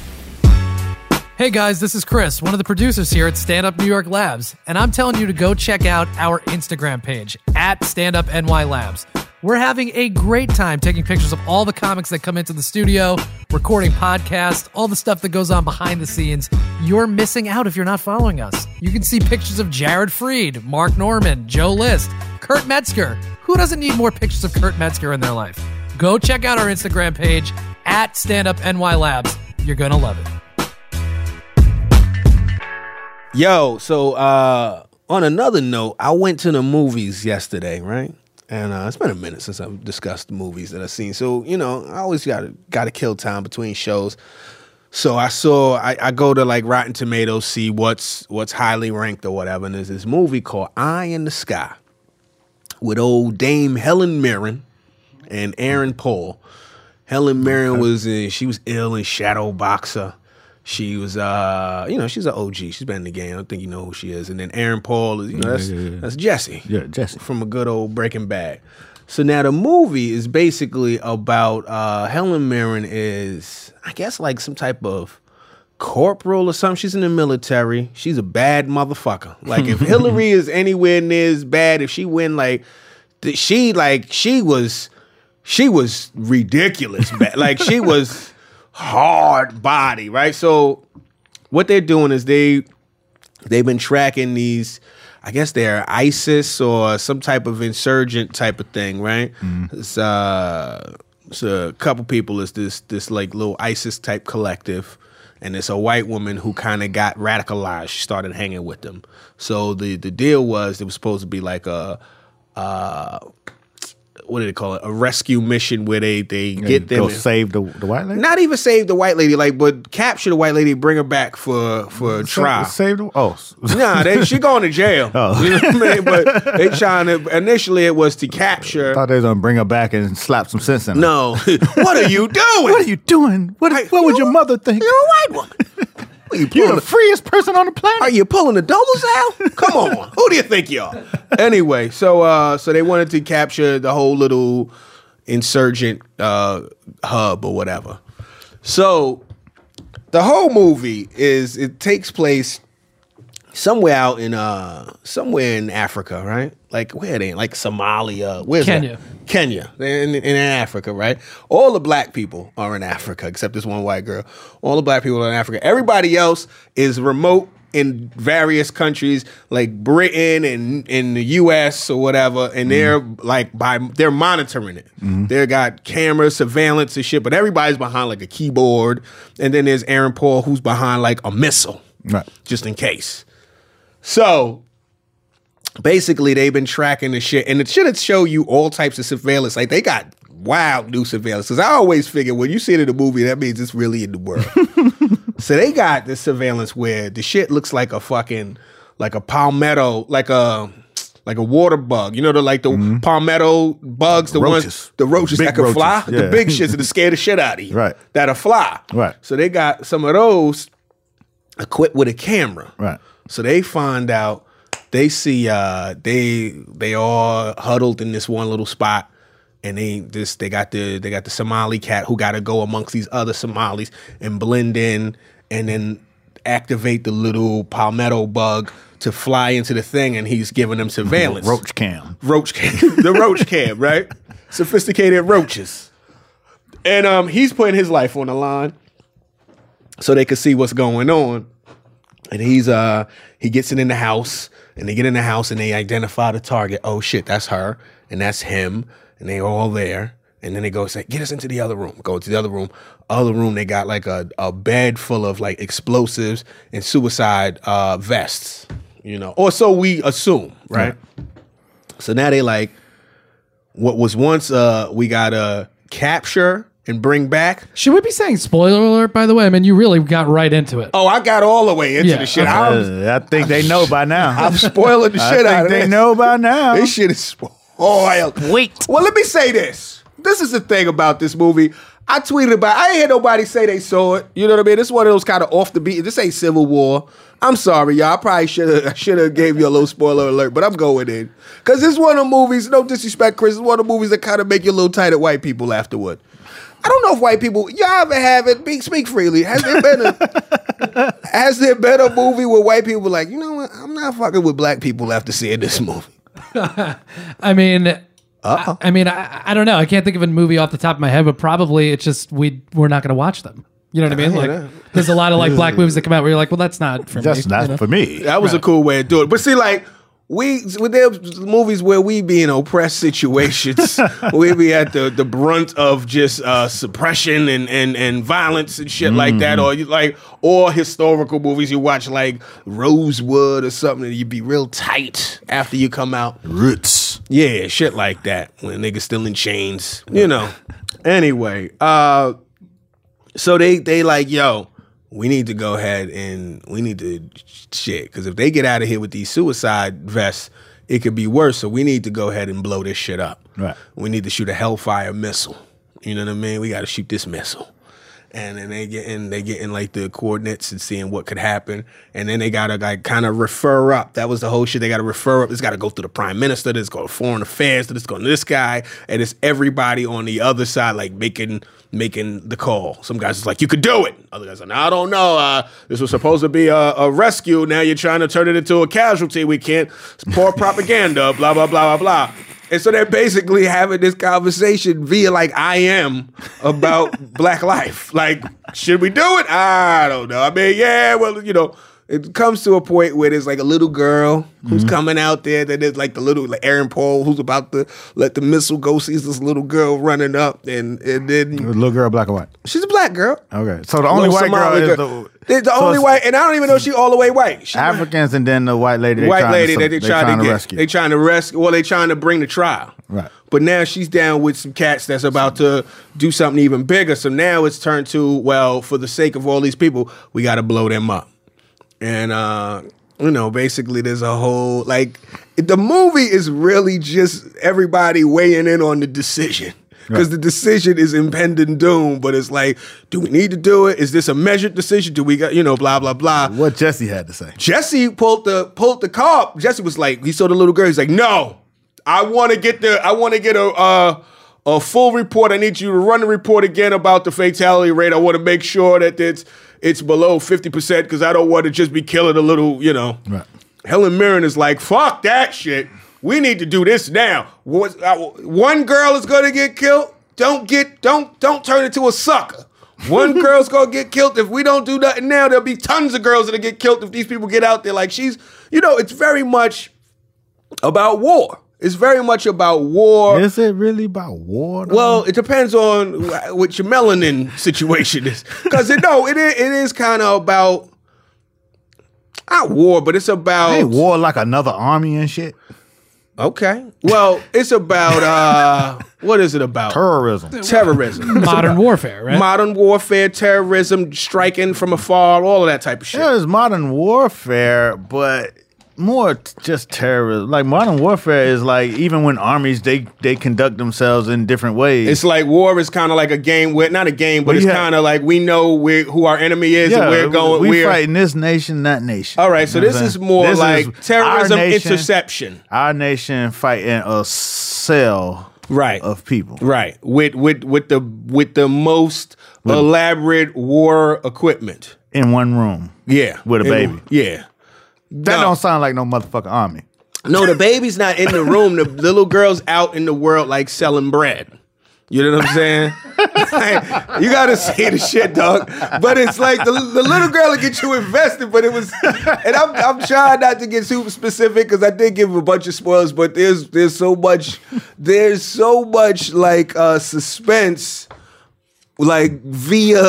Speaker 5: Hey guys, this is Chris, one of the producers here at Stand Up New York Labs, and I'm telling you to go check out our Instagram page at Stand Up NY Labs. We're having a great time taking pictures of all the comics that come into the studio, recording podcasts, all the stuff that goes on behind the scenes. You're missing out if you're not following us. You can see pictures of Jared Freed, Mark Norman, Joe List, Kurt Metzger. Who doesn't need more pictures of Kurt Metzger in their life? Go check out our Instagram page at Stand Up NY Labs. You're going to love it.
Speaker 2: Yo, so uh on another note, I went to the movies yesterday, right? And uh, it's been a minute since I've discussed the movies that I've seen. So, you know, I always gotta gotta kill time between shows. So I saw I, I go to like Rotten Tomatoes, see what's what's highly ranked or whatever, and there's this movie called Eye in the Sky with old Dame Helen Mirren and Aaron Paul. Helen Mirren was in, she was ill in Shadow Boxer. She was uh you know, she's an OG. She's been in the game. I don't think you know who she is. And then Aaron Paul is you know, that's that's Jesse.
Speaker 3: Yeah, Jesse.
Speaker 2: From a good old breaking bad. So now the movie is basically about uh Helen Mirren is I guess like some type of corporal or something. She's in the military. She's a bad motherfucker. Like if Hillary is anywhere near as bad, if she win like th- she like she was she was ridiculous. bad. like she was hard body, right? So what they're doing is they they've been tracking these i guess they're isis or some type of insurgent type of thing right it's uh it's a couple people it's this this like little isis type collective and it's a white woman who kind of got radicalized she started hanging with them so the the deal was it was supposed to be like a uh what do they call it a rescue mission where they they get them
Speaker 3: Go
Speaker 2: and-
Speaker 3: save the, the white lady.
Speaker 2: not even save the white lady like but capture the white lady bring her back for for a trial
Speaker 3: Save, save the oh.
Speaker 2: Nah, they, she going to jail. You know what I mean? But they trying to. Initially, it was to capture.
Speaker 3: thought they was gonna bring her back and slap some sense in her.
Speaker 2: No, what are you doing?
Speaker 3: What are you doing? What,
Speaker 2: Hey,
Speaker 3: what would
Speaker 2: you-
Speaker 3: your mother think?
Speaker 2: You're a white woman. Are you
Speaker 3: You're
Speaker 2: pulling?
Speaker 3: the freest person on the planet.
Speaker 2: are you pulling the doubles out? Come on, who do you think you are? Anyway, so uh, so they wanted to capture the whole little insurgent uh, hub or whatever. So the whole movie is it takes place somewhere out in uh somewhere in Africa, right? Like where are they? Like Somalia, where's that?
Speaker 5: Kenya.
Speaker 2: Kenya, They're in, in Africa, right? All the black people are in Africa except this one white girl. All the black people are in Africa. Everybody else is remote in various countries like Britain and in the US or whatever and they're like by they're monitoring it. They got cameras, surveillance and shit, but everybody's behind like a keyboard and then there's Aaron Paul who's behind like a missile
Speaker 3: Right.
Speaker 2: just in case. So basically, they've been tracking the shit, and it should show you all types of surveillance. Like they got wild new surveillance. Because I always figure when you see it in a movie, that means it's really in the world. so they got this surveillance where the shit looks like a fucking like a palmetto, like a like a water bug. You know, the like the palmetto bugs, the
Speaker 3: Mm-hmm. Roaches.
Speaker 2: ones the roaches
Speaker 3: Big
Speaker 2: that can fly,
Speaker 3: roaches,
Speaker 2: the
Speaker 3: yeah.
Speaker 2: big shits that scare the shit out of you,
Speaker 3: Right.
Speaker 2: That'll fly,
Speaker 3: Right.
Speaker 2: So they got some of those equipped with a camera,
Speaker 3: Right.
Speaker 2: so they find out they see uh they they all huddled in this one little spot and they this they got the they got the Somali cat who gotta go amongst these other Somalis and blend in and then activate the little palmetto bug to fly into the thing and he's giving them surveillance.
Speaker 3: Roach cam.
Speaker 2: Roach cam. the roach cam, right? Sophisticated roaches. And um, he's putting his life on the line so they could see what's going on. And he's uh he gets it in the house, and they get in the house and they identify the target. Oh shit, that's her, and that's him, and they all there. And then they go say, get us into the other room. Go to the other room. Other room, they got like a, a bed full of like explosives and suicide uh vests, you know. Or so we assume, right? So now they like what was once uh we gotta capture and bring back.
Speaker 5: Should we be saying spoiler alert, by the way? I mean, you really got right into it.
Speaker 2: Oh, I got all the way into
Speaker 5: Yeah,
Speaker 2: the shit.
Speaker 5: okay.
Speaker 2: I'm,
Speaker 3: Uh, I think they know by now.
Speaker 2: I'm spoiling the
Speaker 3: I
Speaker 2: shit
Speaker 3: think
Speaker 2: out of
Speaker 3: they
Speaker 2: this.
Speaker 3: know by now.
Speaker 2: This shit is spoiled.
Speaker 5: Wait.
Speaker 2: Well, let me say this. This is the thing about this movie. I tweeted about. It. I ain't hear nobody say they saw it. You know what I mean? This is one of those kind of off the beat. This ain't Civil War. I'm sorry, y'all. I probably should have should have gave you a little spoiler alert, but I'm going in because this one of the movies. No disrespect, Chris. It's one of the movies that kind of make you a little tight at white people afterward. I don't know if white people. Y'all ever have it? Speak, speak freely. Has there been a has there been a movie where white people like you know what? I'm not fucking with black people after seeing this movie.
Speaker 5: I mean, I, I mean, I, I don't know. I can't think of a movie off the top of my head, but probably it's just we we're not going to watch them. You know what I mean? Like, there's a lot of like black movies that come out where you're like, well, that's not for
Speaker 3: That's
Speaker 5: me.
Speaker 3: not
Speaker 5: you know?
Speaker 3: for me.
Speaker 2: That was a cool way to do it. But see, like we with there's movies where we be in oppressed situations, we be at the the brunt of just uh, suppression and and and violence and shit like that, or you like or historical movies you watch like Rosewood or something, and you be real tight after you come out.
Speaker 3: Roots.
Speaker 2: Yeah, shit like that. When niggas still in chains, you know. anyway, uh, so they they like, yo, we need to go ahead and we need to shit because if they get out of here with these suicide vests, it could be worse. So we need to go ahead and blow this shit up.
Speaker 3: Right.
Speaker 2: We need to shoot a Hellfire missile. You know what I mean? We got to shoot this missile. And then they getting they getting like the coordinates and seeing what could happen. And then they gotta like kind of refer up. That was the whole shit. They gotta refer up. It's gotta go through the prime minister. This go to foreign affairs. This go to this guy. And it's everybody on the other side like making making the call. Some guys is like, you could do it. Other guys are, no, I don't know. Uh, this was supposed to be a, a rescue. Now you're trying to turn it into a casualty. We can't. It's poor propaganda. blah blah blah blah blah. And so they're basically having this conversation via like I am about black life. Like, should we do it? I don't know. I mean, yeah, well, you know, it comes to a point where there's like a little girl who's
Speaker 3: Mm-hmm.
Speaker 2: coming out there. Then there's like the little like Aaron Paul who's about to let the missile go. Sees this little girl running up, and and then
Speaker 3: Little girl, black and white.
Speaker 2: she's a black girl.
Speaker 3: Okay. So the only
Speaker 2: Little
Speaker 3: white
Speaker 2: Somali
Speaker 3: girl,
Speaker 2: girl.
Speaker 3: is the,
Speaker 2: There's the
Speaker 3: so
Speaker 2: only
Speaker 3: it's
Speaker 2: white, and I don't even know she all the way white. She might-
Speaker 3: Africans and then the white lady. They
Speaker 2: white
Speaker 3: trying
Speaker 2: lady
Speaker 3: to,
Speaker 2: that they trying, to, get.
Speaker 3: rescue.
Speaker 2: They trying to rescue. Well, they trying to bring to trial.
Speaker 3: Right.
Speaker 2: But now she's down with some cats that's about to do something even bigger. So now it's turned to well, for the sake of all these people, we got to blow them up. And uh, you know, basically, there's a whole like the movie is really just everybody weighing in on the decision. Because the decision is impending doom, but it's like, do we need to do it? Is this a measured decision? Do we got, you know, blah, blah, blah.
Speaker 3: what Jesse had to say.
Speaker 2: Jesse pulled the pulled the car. up. Jesse was like, he saw the little girl. He's like, no, I want to get the, I want to get a, uh, a full report. I need you to run the report again about the fatality rate. I want to make sure that it's it's below fifty percent because I don't want to just be killing a little, you know.
Speaker 3: Right.
Speaker 2: Helen Mirren is like, fuck that shit. We need to do this now. What- I- One girl is gonna get killed. Don't get don't don't turn into a sucker. One girl's gonna get killed. If we don't do nothing now, there'll be tons of girls that'll get killed if these people get out there. Like she's, you know, it's very much about war. It's very much about war.
Speaker 3: Is it really about war? though?
Speaker 2: Oh. Well, it depends on wh- what your melanin situation is, because it, no, it is, it is kind of about not war, but it's about
Speaker 3: they war like another army and shit.
Speaker 2: Okay. Well, it's about uh what is it about?
Speaker 3: Terrorism.
Speaker 2: Terrorism.
Speaker 5: modern warfare, right?
Speaker 2: Modern warfare, terrorism, striking from afar, all of that type of shit.
Speaker 3: Yeah, it's modern warfare, but more t- just terrorism. Like modern warfare is like even when armies they they conduct themselves in different ways.
Speaker 2: It's like war is kind of like a game with not a game, but
Speaker 3: Well,
Speaker 2: it's
Speaker 3: yeah.
Speaker 2: kind of like we know where, who our enemy is and we're going.
Speaker 3: We
Speaker 2: we're
Speaker 3: fighting this nation, that nation.
Speaker 2: all right. So
Speaker 3: You know
Speaker 2: this
Speaker 3: what I'm
Speaker 2: is
Speaker 3: saying?
Speaker 2: more
Speaker 3: This
Speaker 2: like
Speaker 3: is
Speaker 2: terrorism
Speaker 3: our nation-
Speaker 2: interception,
Speaker 3: Our nation fighting a cell
Speaker 2: right?
Speaker 3: of people.
Speaker 2: Right. With with with the with the most elaborate war equipment.
Speaker 3: in one room.
Speaker 2: Yeah.
Speaker 3: With a
Speaker 2: And-
Speaker 3: baby.
Speaker 2: Yeah.
Speaker 3: That
Speaker 2: No.
Speaker 3: don't sound like no motherfucking army.
Speaker 2: No, the baby's not in the room. The little girl's out in the world like selling bread. You know what I'm saying? Like, you gotta see the shit, dog. But it's like the, the little girl will get you invested. But it was, and I'm I'm trying not to get super specific because I did give a bunch of spoilers. But there's there's so much there's so much like uh, suspense like via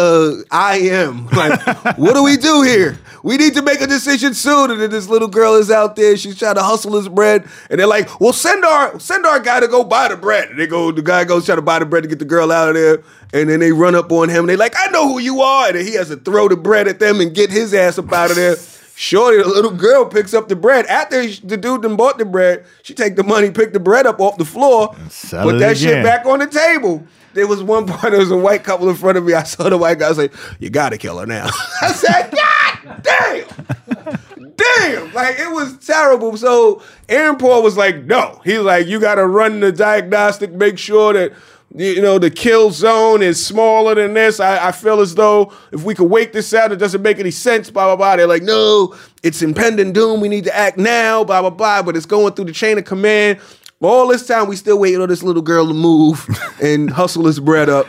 Speaker 2: I am. Like, what do we do here? We need to make a decision soon. And then this little girl is out there. She's trying to hustle this bread. And they're like, well, send our send our guy to go buy the bread. And they go, the guy goes try to buy the bread to get the girl out of there. And then they run up on him. And they like, I know who you are. And then he has to throw the bread at them and get his ass up out of there. Shorty, the little girl picks up the bread. After the dude done bought the bread, she take the money, pick the bread up off the floor,
Speaker 3: sell
Speaker 2: put
Speaker 3: it
Speaker 2: that shit
Speaker 3: again.
Speaker 2: back on the table. There was one point, there was a white couple in front of me. I saw the white guy. I was like, you got to kill her now. I said, God damn. Damn. Like, it was terrible. So Aaron Paul was like, no. He's like, you got to run the diagnostic, make sure that, you know, the kill zone is smaller than this. I, I feel as though if we could wait this out, it doesn't make any sense, blah, blah, blah. They're like, no, it's impending doom. We need to act now, blah, blah, blah. But it's going through the chain of command. All this time, we still waiting on this little girl to move and hustle this bread up.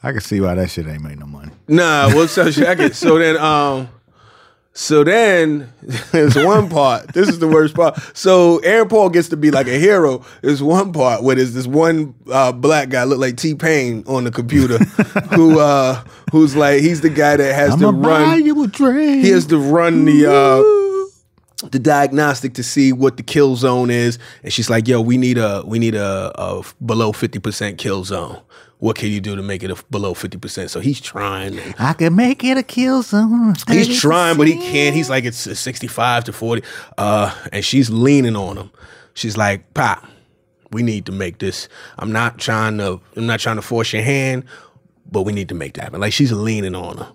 Speaker 3: I can see why that shit ain't make no money.
Speaker 2: Nah, what's up, jacket? So then, um, so then, there's one part. This is the worst part. So Aaron Paul gets to be like a hero. There's one part where there's this one uh, black guy look like T Pain on the computer, who uh, who's like he's the guy that has to
Speaker 3: I'ma buy
Speaker 2: run.
Speaker 3: you a drink.
Speaker 2: He has to run the. Uh, the diagnostic to see what the kill zone is, and she's like, "Yo, we need a we need a, a f- below fifty percent kill zone. What can you do to make it a f- below fifty percent?" So he's trying. and
Speaker 3: I can make it a kill zone.
Speaker 2: He's trying, but he can't. He's like, it's uh, 65 to 40. Uh, and she's leaning on him. She's like, Pop, we need to make this. I'm not trying to, I'm not trying to force your hand, but we need to make that happen. Like she's leaning on him.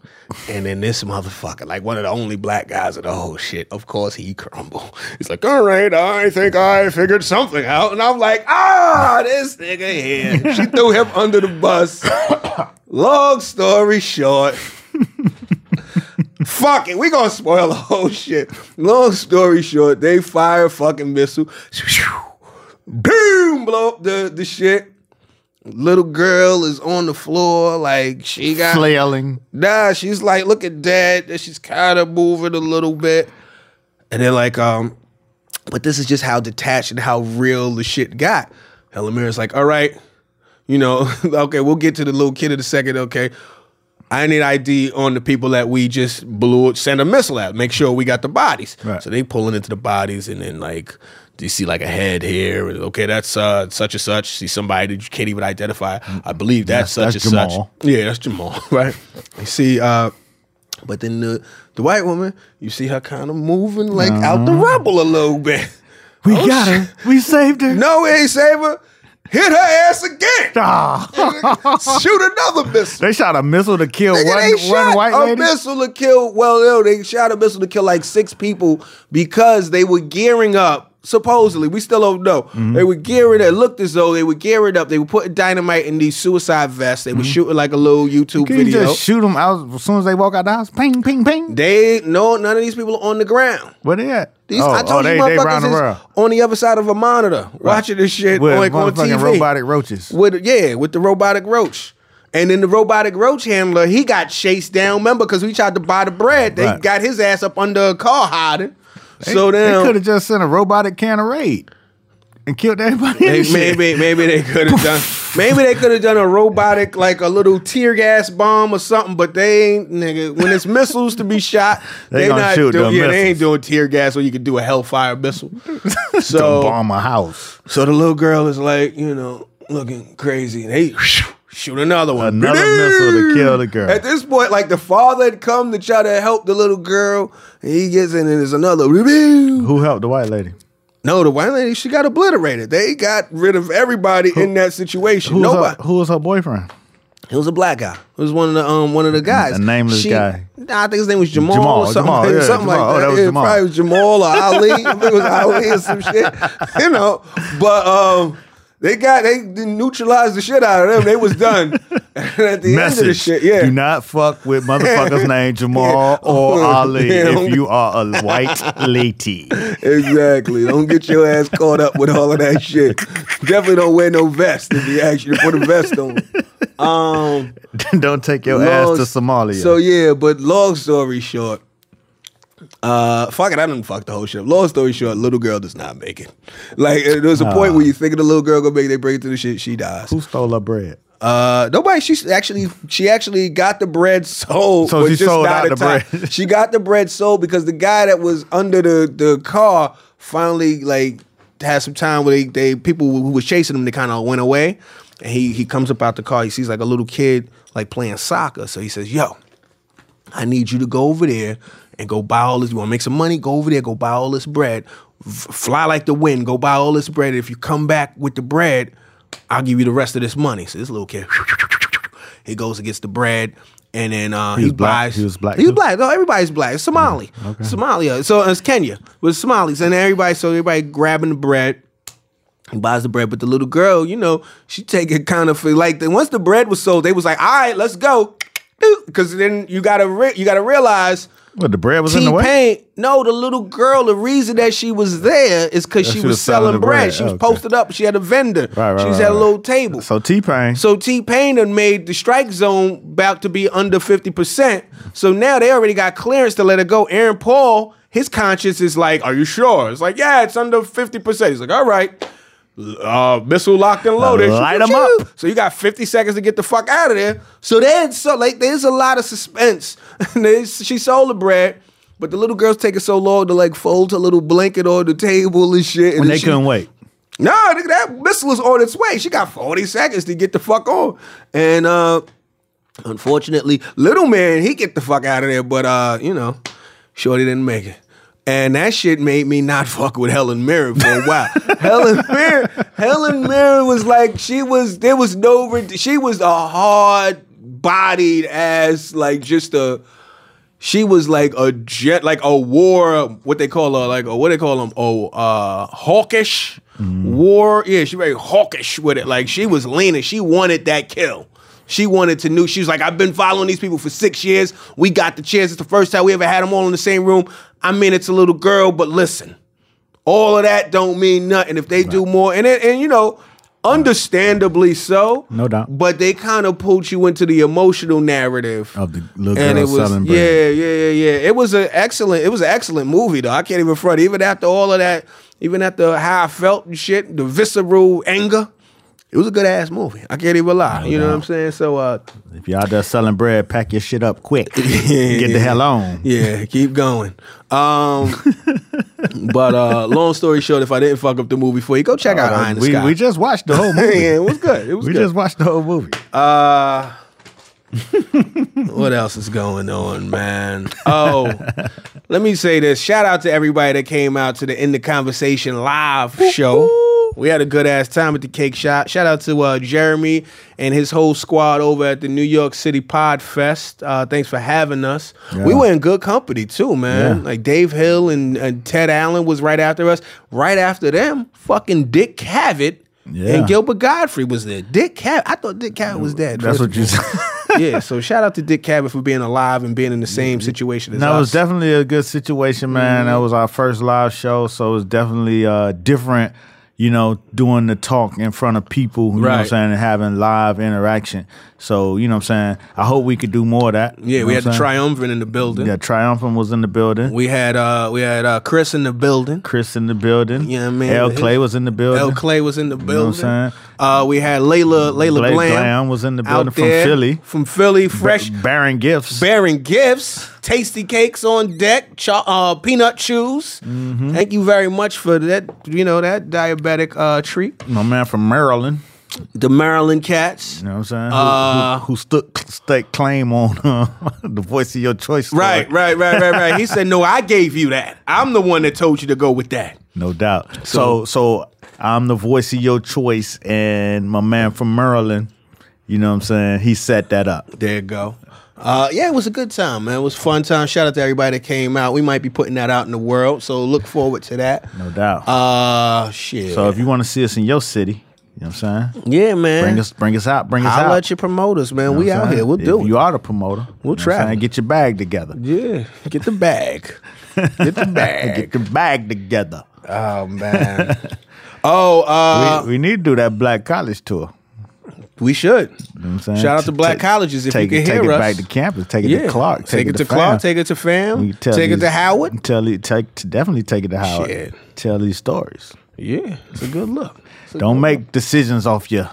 Speaker 2: And then this motherfucker, like one of the only black guys in the whole shit, of course he crumble. He's like, all right, I think I figured something out. And I'm like, ah, this nigga here. She threw him under the bus. Long story short. Fuck it, we gonna spoil the whole shit. Long story short, they fire a fucking missile. Boom, blow up the, the shit. Little girl is on the floor, like she got
Speaker 3: flailing.
Speaker 2: Nah, she's like, look at dad. And she's kind of moving a little bit. And they're like, um, but this is just how detached and how real the shit got. Elamira's like, all right, you know, okay, we'll get to the little kid in a second, okay. I need ID on the people that we just blew, send a missile at, make sure we got the bodies.
Speaker 3: Right.
Speaker 2: So they pulling into the bodies and then like, you see like a head here? and, Okay, that's uh, such and such. See somebody that you can't even identify. I believe that's,
Speaker 3: That's-
Speaker 2: such and
Speaker 3: that's Jamal.
Speaker 2: such. Yeah, that's Jamal, right? You see, uh, but then the the white woman, you see her kind of moving like out
Speaker 3: Uh-huh.
Speaker 2: the rubble a little bit.
Speaker 3: We
Speaker 2: Oh,
Speaker 3: got her. We saved her.
Speaker 2: No, we ain't save her. Hit her ass again.
Speaker 3: Ah.
Speaker 2: Shoot another missile.
Speaker 3: they shot a missile to kill
Speaker 2: Nigga,
Speaker 3: one,
Speaker 2: they shot
Speaker 3: one white
Speaker 2: a
Speaker 3: lady.
Speaker 2: missile to kill. Well, no, they shot a missile to kill like six people because they were gearing up. Supposedly, we still don't know.
Speaker 3: Mm-hmm.
Speaker 2: They were gearing. It looked as though they were gearing up. They were putting dynamite in these suicide vests. They were shooting like a little YouTube
Speaker 3: Can Mm-hmm. you
Speaker 2: video.
Speaker 3: just shoot them out as soon as they walk out the house? Ping, ping, ping.
Speaker 2: They no, none of these people are on the ground.
Speaker 3: Where they at?
Speaker 2: These,
Speaker 3: oh,
Speaker 2: I
Speaker 3: oh,
Speaker 2: told
Speaker 3: they,
Speaker 2: you
Speaker 3: they
Speaker 2: motherfuckers
Speaker 3: round the
Speaker 2: is
Speaker 3: world.
Speaker 2: on the other side of a monitor watching this shit
Speaker 3: With
Speaker 2: on, on
Speaker 3: motherfucking
Speaker 2: TV.
Speaker 3: robotic roaches.
Speaker 2: With yeah, with the robotic roach. And then the robotic roach handler, he got chased down. Remember, because we tried to buy the bread, they
Speaker 3: Right.
Speaker 2: got his ass up under a car hiding. so
Speaker 3: They could
Speaker 2: then
Speaker 3: have just sent a robotic can of raid and killed everybody. in
Speaker 2: they-
Speaker 3: the shit.
Speaker 2: maybe maybe they could have done maybe they could have done a robotic like a little tear gas bomb or something. But they ain't nigga. When it's missiles to be shot,
Speaker 3: They
Speaker 2: they,
Speaker 3: gonna
Speaker 2: not
Speaker 3: shoot
Speaker 2: do-
Speaker 3: them
Speaker 2: yeah they ain't
Speaker 3: missiles.
Speaker 2: doing tear gas or you could do a hellfire missile.
Speaker 3: Don't
Speaker 2: So
Speaker 3: bomb a house.
Speaker 2: So the little girl is like, you know, looking crazy. And they shoot another one.
Speaker 3: Another missile to kill the girl.
Speaker 2: At this point, like the father had come to try to help the little girl, and he gets in and there's another. No,
Speaker 3: Who helped the white lady?
Speaker 2: the white lady, she got obliterated. They got rid of everybody in that situation.
Speaker 3: Who was, her,
Speaker 2: Nobody.
Speaker 3: who was her boyfriend?
Speaker 2: It was a black guy. It was one of the um one of the guys.
Speaker 3: A nameless guy.
Speaker 2: Nah, I think his name was Jamal,
Speaker 3: Jamal,
Speaker 2: or something,
Speaker 3: Jamal,
Speaker 2: like-
Speaker 3: yeah,
Speaker 2: something
Speaker 3: Jamal.
Speaker 2: like that.
Speaker 3: Oh, that was
Speaker 2: Yeah,
Speaker 3: Jamal.
Speaker 2: Probably was Jamal or Ali. I think it was Ali or some shit. You know. But um they got they neutralized the shit out of them. They was done. And at the end of the
Speaker 3: Message.
Speaker 2: shit, yeah.
Speaker 3: Do not fuck with motherfuckers named Jamal or Ali
Speaker 2: Yeah,
Speaker 3: if
Speaker 2: don't-
Speaker 3: you are a white lady.
Speaker 2: Exactly. Don't get your ass caught up with all of that shit. Definitely don't wear no vest if you actually put a vest on. Um
Speaker 3: Don't take your
Speaker 2: Long-
Speaker 3: ass to Somalia.
Speaker 2: So yeah, but long story short, uh, fuck it, I didn't fuck the whole shit. up. Long story short, little girl does not make it. Like there was a point where you think the little girl gonna make it, they bring it to the shit, she dies.
Speaker 3: Who stole her bread?
Speaker 2: Uh, nobody. She actually she actually got the bread sold.
Speaker 3: So
Speaker 2: was
Speaker 3: she
Speaker 2: just
Speaker 3: sold
Speaker 2: not
Speaker 3: out
Speaker 2: in
Speaker 3: the
Speaker 2: time.
Speaker 3: bread.
Speaker 2: she got the bread sold because the guy that was under the the car finally like had some time where they, they people who was chasing him they kind of went away, and he he comes up out the car. He sees like a little kid like playing soccer. So he says, "Yo, I need you to go over there and go buy all this. You want to make some money? Go over there, go buy all this bread. F- fly like the wind, go buy all this bread. If you come back with the bread, I'll give you the rest of this money. So this little kid He goes and gets the bread. And then uh,
Speaker 3: He
Speaker 2: he
Speaker 3: was black-
Speaker 2: buys.
Speaker 3: he was black,
Speaker 2: He was
Speaker 3: too? Mm,
Speaker 2: black. No, everybody's black. It's Somali. Somalia. So it's Kenya with Somalis, and everybody. So everybody grabbing the bread. He buys the bread, but the little girl, you know, she take it kind of for like. Then once the bread was sold, they was like, "All right, let's go," because then you gotta re- you gotta realize
Speaker 3: What the bread was in
Speaker 2: T
Speaker 3: the way?
Speaker 2: Pain. No, the little girl. The reason that she was there is because she,
Speaker 3: she
Speaker 2: was,
Speaker 3: was selling
Speaker 2: selling
Speaker 3: the
Speaker 2: bread.
Speaker 3: bread.
Speaker 2: She was
Speaker 3: Okay.
Speaker 2: posted up. She had a vendor.
Speaker 3: Right, right,
Speaker 2: She's
Speaker 3: right,
Speaker 2: at a
Speaker 3: right.
Speaker 2: little table.
Speaker 3: So T Pain.
Speaker 2: So T Pain done made the strike zone about to be under 50%. So now they already got clearance to let it go. Aaron Paul, his conscience is like, Are you sure? It's like, Yeah, it's under 50%. He's like, All right. Uh, missile locked and loaded.
Speaker 3: Light 'em up.
Speaker 2: So you got 50 seconds to get the fuck out of there. So then, so like, there's a lot of suspense. And there's- she sold the bread, but the little girl's taking so long to like fold her little blanket on the table and shit. And
Speaker 3: when
Speaker 2: then
Speaker 3: they
Speaker 2: she-
Speaker 3: couldn't wait.
Speaker 2: no, nigga, that missile is on its way. She got 40 seconds to get the fuck on. And uh unfortunately, little man, he get the fuck out of there, but uh, you know, Shorty didn't make it. And that shit made me not fuck with Helen Mirren for a while. Helen Mirren, Helen Mirren was like she was there was no red- she was a hard bodied ass like just a she was like a jet, like a war, what they call her, like a, what they call them, oh, uh, hawkish
Speaker 3: Mm.
Speaker 2: war. Yeah, she very hawkish with it. Like she was leaning. She wanted that kill. She wanted to know. She was like, I've been following these people for six years. We got the chance. It's the first time we ever had them all in the same room. I mean, it's a little girl, but listen, all of that don't mean nothing if they do more. And it, and you know, understandably so.
Speaker 3: No doubt.
Speaker 2: But they kind of pulled you into the emotional narrative
Speaker 3: Of the little
Speaker 2: and
Speaker 3: girl
Speaker 2: it was
Speaker 3: selling bread.
Speaker 2: yeah, yeah, yeah, yeah. It was an excellent. It was an excellent movie, though. I can't even front. Even after all of that, even after how I felt and shit, the visceral anger. It was a good ass movie. I can't even lie. you know what I'm saying? So, uh,
Speaker 3: If y'all just selling bread, pack your shit up quick. Get the hell on.
Speaker 2: yeah, keep going. Um, but uh, long story short, if I didn't fuck up the movie for you, go check out Eye in the
Speaker 3: Uh, we,
Speaker 2: Sky.
Speaker 3: we just watched the whole movie.
Speaker 2: yeah, it was good. It was
Speaker 3: we
Speaker 2: good.
Speaker 3: just watched the whole movie.
Speaker 2: Uh, what else is going on, man? Oh, let me say this. Shout out to everybody that came out to the In the Conversation live show. We had a good ass time at the cake shop. Shout out to uh, Jeremy and his whole squad over at the New York City Pod Fest. Uh, thanks for having us. We were in good company too, man.
Speaker 3: Yeah.
Speaker 2: Like Dave Hill and, and Ted Allen was right after us. Right after them, fucking Dick Cavett
Speaker 3: Yeah.
Speaker 2: and Gilbert Godfrey was there. Dick Cavett, I thought Dick Cavett was dead.
Speaker 3: That's
Speaker 2: first
Speaker 3: what you said.
Speaker 2: yeah, so shout out to Dick Cabot for being alive and being in the same situation as
Speaker 3: Mm-hmm. That
Speaker 2: us.
Speaker 3: was definitely a good situation, man.
Speaker 2: Mm-hmm.
Speaker 3: That was our first live show, so it was definitely uh, different, you know, doing the talk in front of people, you know what I'm
Speaker 2: Right.
Speaker 3: saying, and having live interaction. So, you know what I'm saying? I hope we could do more of that.
Speaker 2: yeah,
Speaker 3: you
Speaker 2: we
Speaker 3: know
Speaker 2: had
Speaker 3: what
Speaker 2: the
Speaker 3: I'm saying?
Speaker 2: triumvirate in the building.
Speaker 3: Yeah, Triumphant was in the building.
Speaker 2: We had uh we had uh Chris in the building.
Speaker 3: Chris in the building.
Speaker 2: Yeah, I mean,
Speaker 3: L.
Speaker 2: it-
Speaker 3: Clay was in the building.
Speaker 2: El Clay was in the
Speaker 3: know
Speaker 2: building.
Speaker 3: what I'm Mm-hmm.
Speaker 2: Uh we had Layla Layla
Speaker 3: Blake
Speaker 2: Glam,
Speaker 3: Glam was in the
Speaker 2: out
Speaker 3: building from
Speaker 2: there,
Speaker 3: Philly.
Speaker 2: From Philly, fresh
Speaker 3: Baron Gifts.
Speaker 2: bearing gifts, tasty cakes on deck, cho- uh peanut chews.
Speaker 3: Mm-hmm.
Speaker 2: Thank you very much for that, you know, that diabetic uh treat.
Speaker 3: my man from Maryland.
Speaker 2: The Maryland Cats.
Speaker 3: You know what I'm saying?
Speaker 2: Uh,
Speaker 3: who who, who stuck stake claim on uh, the voice of your choice? story.
Speaker 2: Right, right, right, right, right. He said, "No, I gave you that. I'm the one that told you to go with that."
Speaker 3: No doubt. So, so I'm the voice of your choice, and my man from Maryland, you know what I'm saying? He set that up.
Speaker 2: There you go. Uh, yeah, it was a good time, man. It was a fun time. Shout out to everybody that came out. We might be putting that out in the world, so look forward to that.
Speaker 3: No doubt.
Speaker 2: Uh, shit.
Speaker 3: so if you want to see us in your city, you know what I'm saying?
Speaker 2: yeah, man.
Speaker 3: Bring us bring us out. Bring us
Speaker 2: I'll
Speaker 3: out.
Speaker 2: let your promoters, man.
Speaker 3: You
Speaker 2: we
Speaker 3: know what I'm
Speaker 2: out
Speaker 3: saying?
Speaker 2: here. We'll
Speaker 3: If
Speaker 2: do it.
Speaker 3: You are the promoter.
Speaker 2: We'll
Speaker 3: you know what I'm
Speaker 2: travel.
Speaker 3: saying? Get your bag together.
Speaker 2: yeah. Get the bag. Get the
Speaker 3: Get
Speaker 2: bag.
Speaker 3: your bag together.
Speaker 2: oh man. Oh, uh,
Speaker 3: we, we need to do that black college tour.
Speaker 2: we, should.
Speaker 3: You know what I'm saying?
Speaker 2: Shout out to black
Speaker 3: Take-
Speaker 2: colleges if
Speaker 3: take,
Speaker 2: you can
Speaker 3: take
Speaker 2: hear
Speaker 3: it
Speaker 2: us.
Speaker 3: back to campus. Take it
Speaker 2: yeah.
Speaker 3: to Clark.
Speaker 2: Take, it to
Speaker 3: fam.
Speaker 2: Clark. Take it to fam.
Speaker 3: We tell
Speaker 2: Take it
Speaker 3: these-
Speaker 2: to Howard.
Speaker 3: Tell it, take definitely take it to Howard.
Speaker 2: Shit.
Speaker 3: Tell these stories.
Speaker 2: Yeah, it's a good look.
Speaker 3: Don't make decisions off your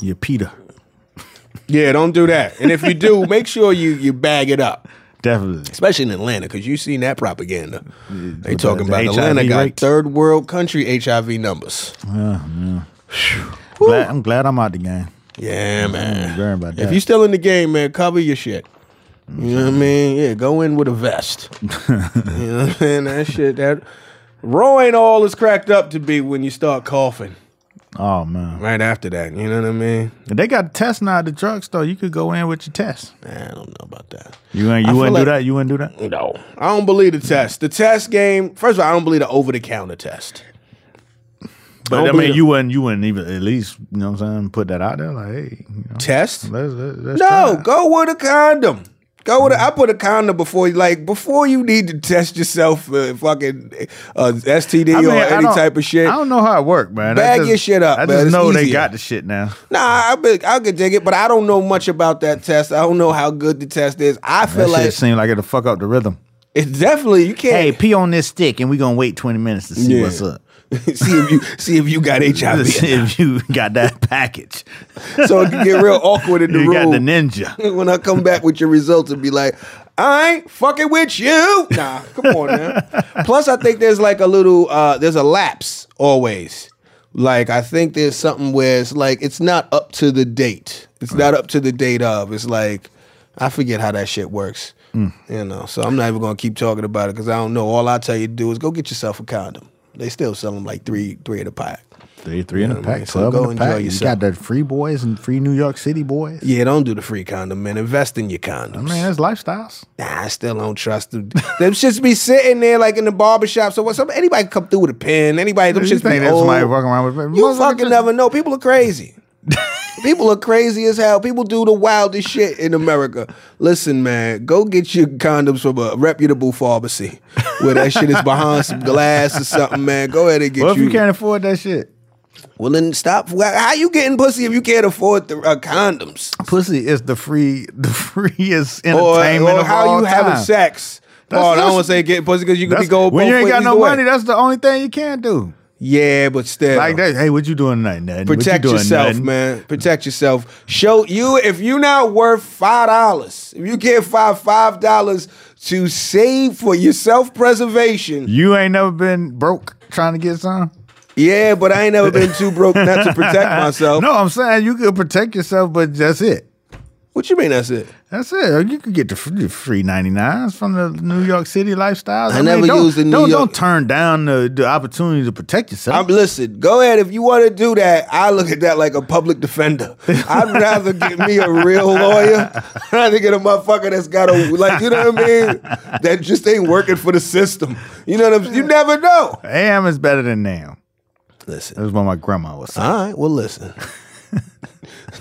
Speaker 3: your Peter.
Speaker 2: Yeah, don't do that. And if you do, make sure you you bag it up,
Speaker 3: Definitely.
Speaker 2: especially in Atlanta, because you seen that propaganda. They
Speaker 3: with
Speaker 2: talking
Speaker 3: the- the
Speaker 2: about Atlanta
Speaker 3: HIV
Speaker 2: got
Speaker 3: rates.
Speaker 2: third world country HIV numbers.
Speaker 3: Glad, I'm glad I'm out the game.
Speaker 2: Yeah,
Speaker 3: Mm,
Speaker 2: man.
Speaker 3: worry about
Speaker 2: If
Speaker 3: that.
Speaker 2: you still in the game, man, cover your shit. You
Speaker 3: Mm.
Speaker 2: know what I mean? Yeah, go in with a vest. you know what I mean? That shit, that raw ain't all it's cracked up to be when you start coughing.
Speaker 3: Oh man,
Speaker 2: right after that. You know what I mean?
Speaker 3: And they got tests now at the drugstore. You could go in with your test.
Speaker 2: Nah, I don't know about that.
Speaker 3: You ain't,
Speaker 2: I
Speaker 3: you
Speaker 2: feel
Speaker 3: wouldn't
Speaker 2: like-
Speaker 3: do that. You wouldn't do that.
Speaker 2: No, I don't believe the test. The test game. First of all, I don't believe the over the counter test.
Speaker 3: But I
Speaker 2: don't
Speaker 3: mean,
Speaker 2: believe-
Speaker 3: you wouldn't. You wouldn't even at least you know what I'm saying. Put that out there, like hey, you know,
Speaker 2: Test?
Speaker 3: let's, let's, let's try
Speaker 2: No,
Speaker 3: it.
Speaker 2: go with a condom. Go with. A, I put a condom before you. Like before you need to test yourself for fucking uh, STD
Speaker 3: I mean,
Speaker 2: or
Speaker 3: I
Speaker 2: any
Speaker 3: don't-
Speaker 2: type of shit.
Speaker 3: I don't know how it worked, man. I
Speaker 2: Bag
Speaker 3: just-
Speaker 2: your shit up,
Speaker 3: I
Speaker 2: man.
Speaker 3: just
Speaker 2: It's
Speaker 3: know they
Speaker 2: easier.
Speaker 3: got the shit now.
Speaker 2: Nah, I be, I could dig it, but I don't know much about that test. I don't know how good the test is. I feel
Speaker 3: That
Speaker 2: like
Speaker 3: shit seemed like it'll fuck up the rhythm.
Speaker 2: it's definitely you
Speaker 3: Hey,
Speaker 2: can't
Speaker 3: pee on this stick, and we gonna wait twenty minutes to see
Speaker 2: Yeah.
Speaker 3: what's up.
Speaker 2: see if you see if you got
Speaker 3: To see
Speaker 2: HIV.
Speaker 3: if you got that package.
Speaker 2: so it can get real awkward in the
Speaker 3: you got the
Speaker 2: room
Speaker 3: ninja.
Speaker 2: when I come back with your results and be like, I ain't fucking with you. Nah, come on now. Plus, I think there's like a little uh there's a lapse always. Like I think there's something where it's like it's not up to the date. It's not up to the date of. It's like I forget how that shit works. You know, so I'm not even gonna keep talking about it because I don't know. All I tell you to do is go get yourself a condom. They still sell them like three, three at a pack.
Speaker 3: Three, three in a
Speaker 2: Yeah,
Speaker 3: pack,
Speaker 2: man, so
Speaker 3: twelve
Speaker 2: go
Speaker 3: in a
Speaker 2: enjoy
Speaker 3: pack. You
Speaker 2: yourself.
Speaker 3: got the free boys and free New York City boys.
Speaker 2: Yeah, don't do the free condom, man. Invest in your condoms.
Speaker 3: I mean, that's lifestyles.
Speaker 2: Nah, I still don't trust them. them shits be sitting there like in the barbershop. So what? Some anybody come through with a pen. Anybody them
Speaker 3: You
Speaker 2: shits
Speaker 3: think
Speaker 2: be
Speaker 3: that's
Speaker 2: old.
Speaker 3: somebody walking around with-
Speaker 2: you
Speaker 3: Motherfucker
Speaker 2: fucking
Speaker 3: just-
Speaker 2: never know. People are crazy. People are crazy as hell. People do the wildest shit in America. Listen, man, go get your condoms from a reputable pharmacy where that shit is behind some glass or something, man. Go ahead and get
Speaker 3: Well, if you can't afford that shit,
Speaker 2: well, then stop. How you getting pussy if you can't afford the uh, condoms?
Speaker 3: pussy is the free, the freest
Speaker 2: Or,
Speaker 3: entertainment
Speaker 2: or
Speaker 3: of
Speaker 2: how
Speaker 3: all
Speaker 2: you
Speaker 3: time.
Speaker 2: having sex?
Speaker 3: That's-
Speaker 2: oh, I don't
Speaker 3: that's-
Speaker 2: want to say getting pussy because you could be
Speaker 3: That's,
Speaker 2: going
Speaker 3: when
Speaker 2: both
Speaker 3: you ain't
Speaker 2: ways
Speaker 3: got no
Speaker 2: either way.
Speaker 3: money, that's the only thing you can do.
Speaker 2: Yeah, but still,
Speaker 3: Like that. Hey, what you doing tonight? Nothing. What you
Speaker 2: protect
Speaker 3: doing?
Speaker 2: yourself,
Speaker 3: Nothing.
Speaker 2: man. Protect yourself. Show you if you're not worth five dollars, if you can't find five dollars to save for your self preservation.
Speaker 3: You ain't never been broke trying to get some.
Speaker 2: Yeah, but I ain't never been too broke not to protect myself.
Speaker 3: No, I'm saying you could protect yourself, but that's it.
Speaker 2: What you mean? That's it.
Speaker 3: That's it. You could get the free, free 99s from the New York City lifestyle.
Speaker 2: I never
Speaker 3: don't,
Speaker 2: used the New
Speaker 3: don't,
Speaker 2: York-
Speaker 3: Don't turn down the, the opportunity to protect
Speaker 2: I'm
Speaker 3: yourself.
Speaker 2: listen. Go ahead if you want to do that. I look at that like a public defender. I'd rather get me a real lawyer. I'd rather get a motherfucker that's got a like you know what I mean. That just ain't working for the system. You know what I'm. You never know.
Speaker 3: AM is better than now.
Speaker 2: Listen.
Speaker 3: That's what my grandma was saying.
Speaker 2: All right. Well, listen.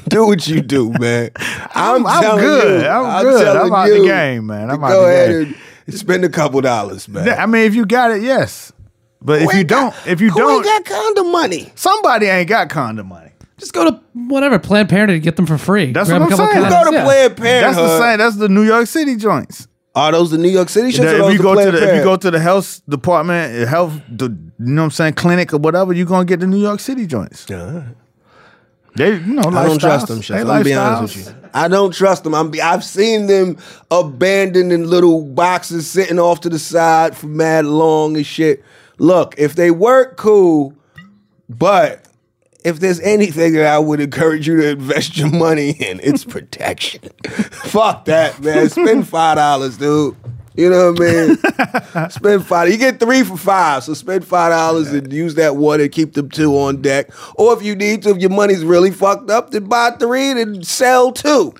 Speaker 2: do what you do, man. I'm,
Speaker 3: I'm- I'm
Speaker 2: telling
Speaker 3: good.
Speaker 2: You,
Speaker 3: I'm good. I'm
Speaker 2: telling
Speaker 3: out the
Speaker 2: you
Speaker 3: game, man.
Speaker 2: to
Speaker 3: I'm out
Speaker 2: go
Speaker 3: the
Speaker 2: ahead
Speaker 3: game.
Speaker 2: and spend a couple dollars, man.
Speaker 3: I mean, if you got it, yes. But if
Speaker 2: Who
Speaker 3: you
Speaker 2: ain't
Speaker 3: don't,
Speaker 2: got-
Speaker 3: if you
Speaker 2: who ain't
Speaker 3: don't,
Speaker 2: got condom money.
Speaker 3: somebody ain't got condom money.
Speaker 5: Just go to whatever Planned Parenthood and get them for free.
Speaker 3: That's
Speaker 5: Grab
Speaker 3: what
Speaker 5: a
Speaker 3: I'm
Speaker 5: couple
Speaker 3: saying.
Speaker 5: condoms.
Speaker 2: Go to
Speaker 5: Yeah.
Speaker 2: Planned
Speaker 3: That's
Speaker 2: Parenthood.
Speaker 3: the same. That's the New York City joints.
Speaker 2: Are those the New York City shits? or
Speaker 3: That
Speaker 2: those
Speaker 3: if you
Speaker 2: the
Speaker 3: go to
Speaker 2: Planned
Speaker 3: the, if you
Speaker 2: Parenthood?
Speaker 3: go to the health department, health, the, you know what I'm saying, clinic or whatever, you're gonna get the New York City joints. They, you know,
Speaker 2: I don't trust
Speaker 3: lifestyles.
Speaker 2: them shits.
Speaker 3: They
Speaker 2: I'm gonna be honest
Speaker 3: lifestyles.
Speaker 2: with you. I don't trust them. I'm be, I've seen them abandoning little boxes sitting off to the side for mad long and shit. Look, if they work, cool. But if there's anything that I would encourage you to invest your money in, it's protection. Fuck that, man. Spend five dollars, dude. You know what I mean? spend five. You get three for five, so spend five dollars and use that one and keep them two on deck. Or if you need to, if your money's really fucked up, then buy three and then sell two.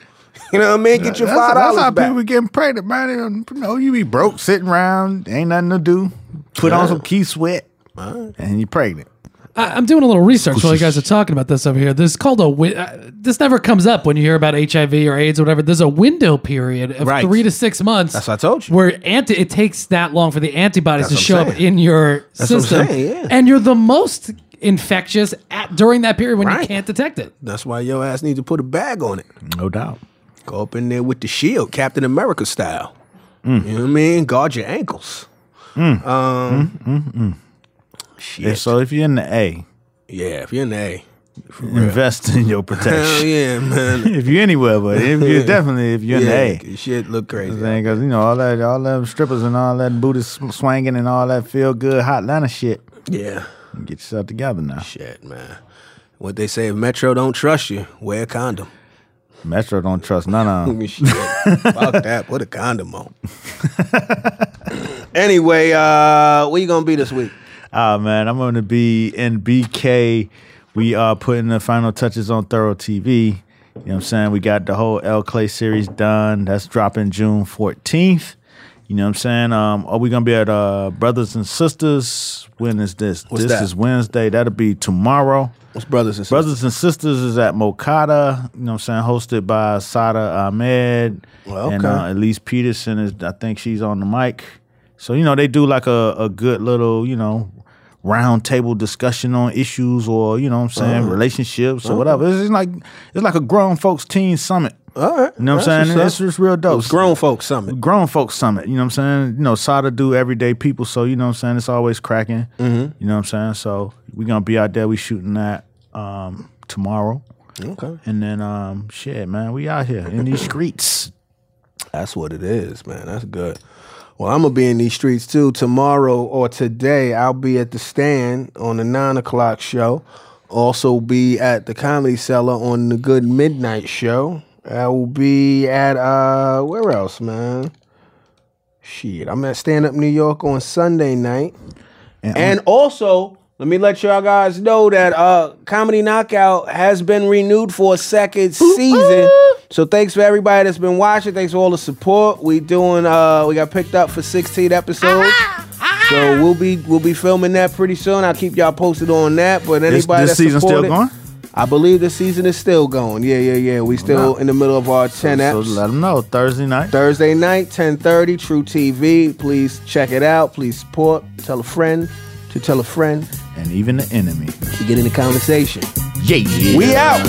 Speaker 2: You know what I mean? Get your
Speaker 3: That's-
Speaker 2: five
Speaker 3: That's how
Speaker 2: dollars back.
Speaker 3: people getting pregnant, man. They- You know, you be broke, sitting around, ain't nothing to do. Put on some key sweat, and you're pregnant.
Speaker 5: I, I'm doing a little research while you guys are talking about this over here. There's called a wi- uh, this never comes up when you hear about HIV or AIDS or whatever. There's a window period of
Speaker 2: Right.
Speaker 5: three to six months.
Speaker 2: That's what I told you.
Speaker 5: Where anti it takes that long for the antibodies to
Speaker 2: what I'm
Speaker 5: show up
Speaker 2: saying.
Speaker 5: in your
Speaker 2: what I'm
Speaker 5: system,
Speaker 2: saying, yeah.
Speaker 5: and you're the most infectious at during that period when you
Speaker 2: Right.
Speaker 5: can't detect it.
Speaker 2: That's why your ass needs to put a bag on it.
Speaker 3: No doubt.
Speaker 2: Go up in there with the shield, Captain America style. You know what I mean? Guard your ankles. Um, Shit.
Speaker 3: If so, if you're in the A,
Speaker 2: yeah, if you're in the A.
Speaker 3: invest in your
Speaker 2: Hell
Speaker 3: protection.
Speaker 2: yeah, man.
Speaker 3: if you're anywhere, but if you're definitely if you're
Speaker 2: yeah,
Speaker 3: in the A.
Speaker 2: shit look crazy.
Speaker 3: Because you know all that, all them strippers and all that booty sw- swinging and all that feel good hot Atlanta shit.
Speaker 2: Yeah,
Speaker 3: Get yourself together now.
Speaker 2: shit, man. What they say, if Metro don't trust you, wear a condom.
Speaker 3: Metro don't trust none of 'em.
Speaker 2: Shit. Fuck that. Put a condom on. anyway, uh, where you gonna be this week?
Speaker 3: Ah man, I'm gonna be in BK We are putting the final touches on Thorough TV. You know what I'm saying? We got the whole L Clay series done. That's dropping June 14th. You know what I'm saying? Um, are we gonna be at uh, Brothers and Sisters? When is this? this
Speaker 2: that?
Speaker 3: is Wednesday. That'll be tomorrow.
Speaker 2: What's brothers and sisters?
Speaker 3: Brothers and Sisters is at Mokata, you know what I'm saying, hosted by Sada Ahmed.
Speaker 2: Well,
Speaker 3: And
Speaker 2: okay.
Speaker 3: uh, Elise Peterson is, I think she's on the mic. So, you know, they do like a, a good little, you know, round table discussion on issues or, you know what I'm
Speaker 2: Oh.
Speaker 3: saying, relationships or whatever. It's just like it's like a grown folks teen summit.
Speaker 2: All right.
Speaker 3: You know what I'm
Speaker 2: Oh, That's
Speaker 3: saying?
Speaker 2: what's
Speaker 3: It's
Speaker 2: up.
Speaker 3: just real dope.
Speaker 2: It's grown folks summit.
Speaker 3: Grown folks summit, you know what I'm saying? You know, Sada do everyday people, so you know what I'm saying? It's always cracking.
Speaker 2: Mm-hmm.
Speaker 3: You know what I'm saying? So we're gonna be out there, we shooting that um tomorrow.
Speaker 2: Okay.
Speaker 3: And then um shit, man, we out here in these streets.
Speaker 2: That's what it is, man. That's good. Well, I'm gonna be in these streets too tomorrow or today. I'll be at the stand on the nine o'clock show. Also, be at the Comedy Cellar on the Good Midnight show. I will be at uh where else, man? Shit, I'm at Stand Up New York on Sunday night.
Speaker 3: And,
Speaker 2: And also, let me let y'all guys know that uh Comedy Knockout has been renewed for a second season. So thanks for everybody that's been watching. Thanks for all the support. We doing uh we got picked up for 16 episodes. So we'll be we'll be filming that pretty soon. I'll keep y'all posted on that. But anybody
Speaker 3: this, this
Speaker 2: that's
Speaker 3: season's still
Speaker 2: supported-
Speaker 3: going?
Speaker 2: I believe the season is still going. Yeah, yeah, yeah. We still in the middle of our 10
Speaker 3: So
Speaker 2: eps.
Speaker 3: let them know. Thursday night.
Speaker 2: Thursday night, 1030, True TV. Please check it out. Please support. Tell a friend to tell a friend
Speaker 3: and even the enemy.
Speaker 2: to get in the conversation.
Speaker 3: Yeah, yeah.
Speaker 2: We out.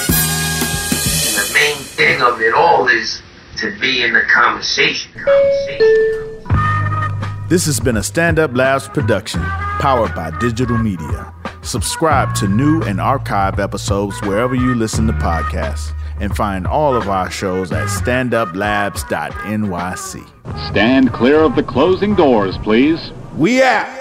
Speaker 8: And the main thing of it all is to be in the conversation. conversation.
Speaker 3: This has been a Stand Up Labs production, powered by digital media. Subscribe to new and archive episodes wherever you listen to podcasts, and find all of our shows at standuplabs.nyc.
Speaker 9: Stand clear of the closing doors, please.
Speaker 10: We out.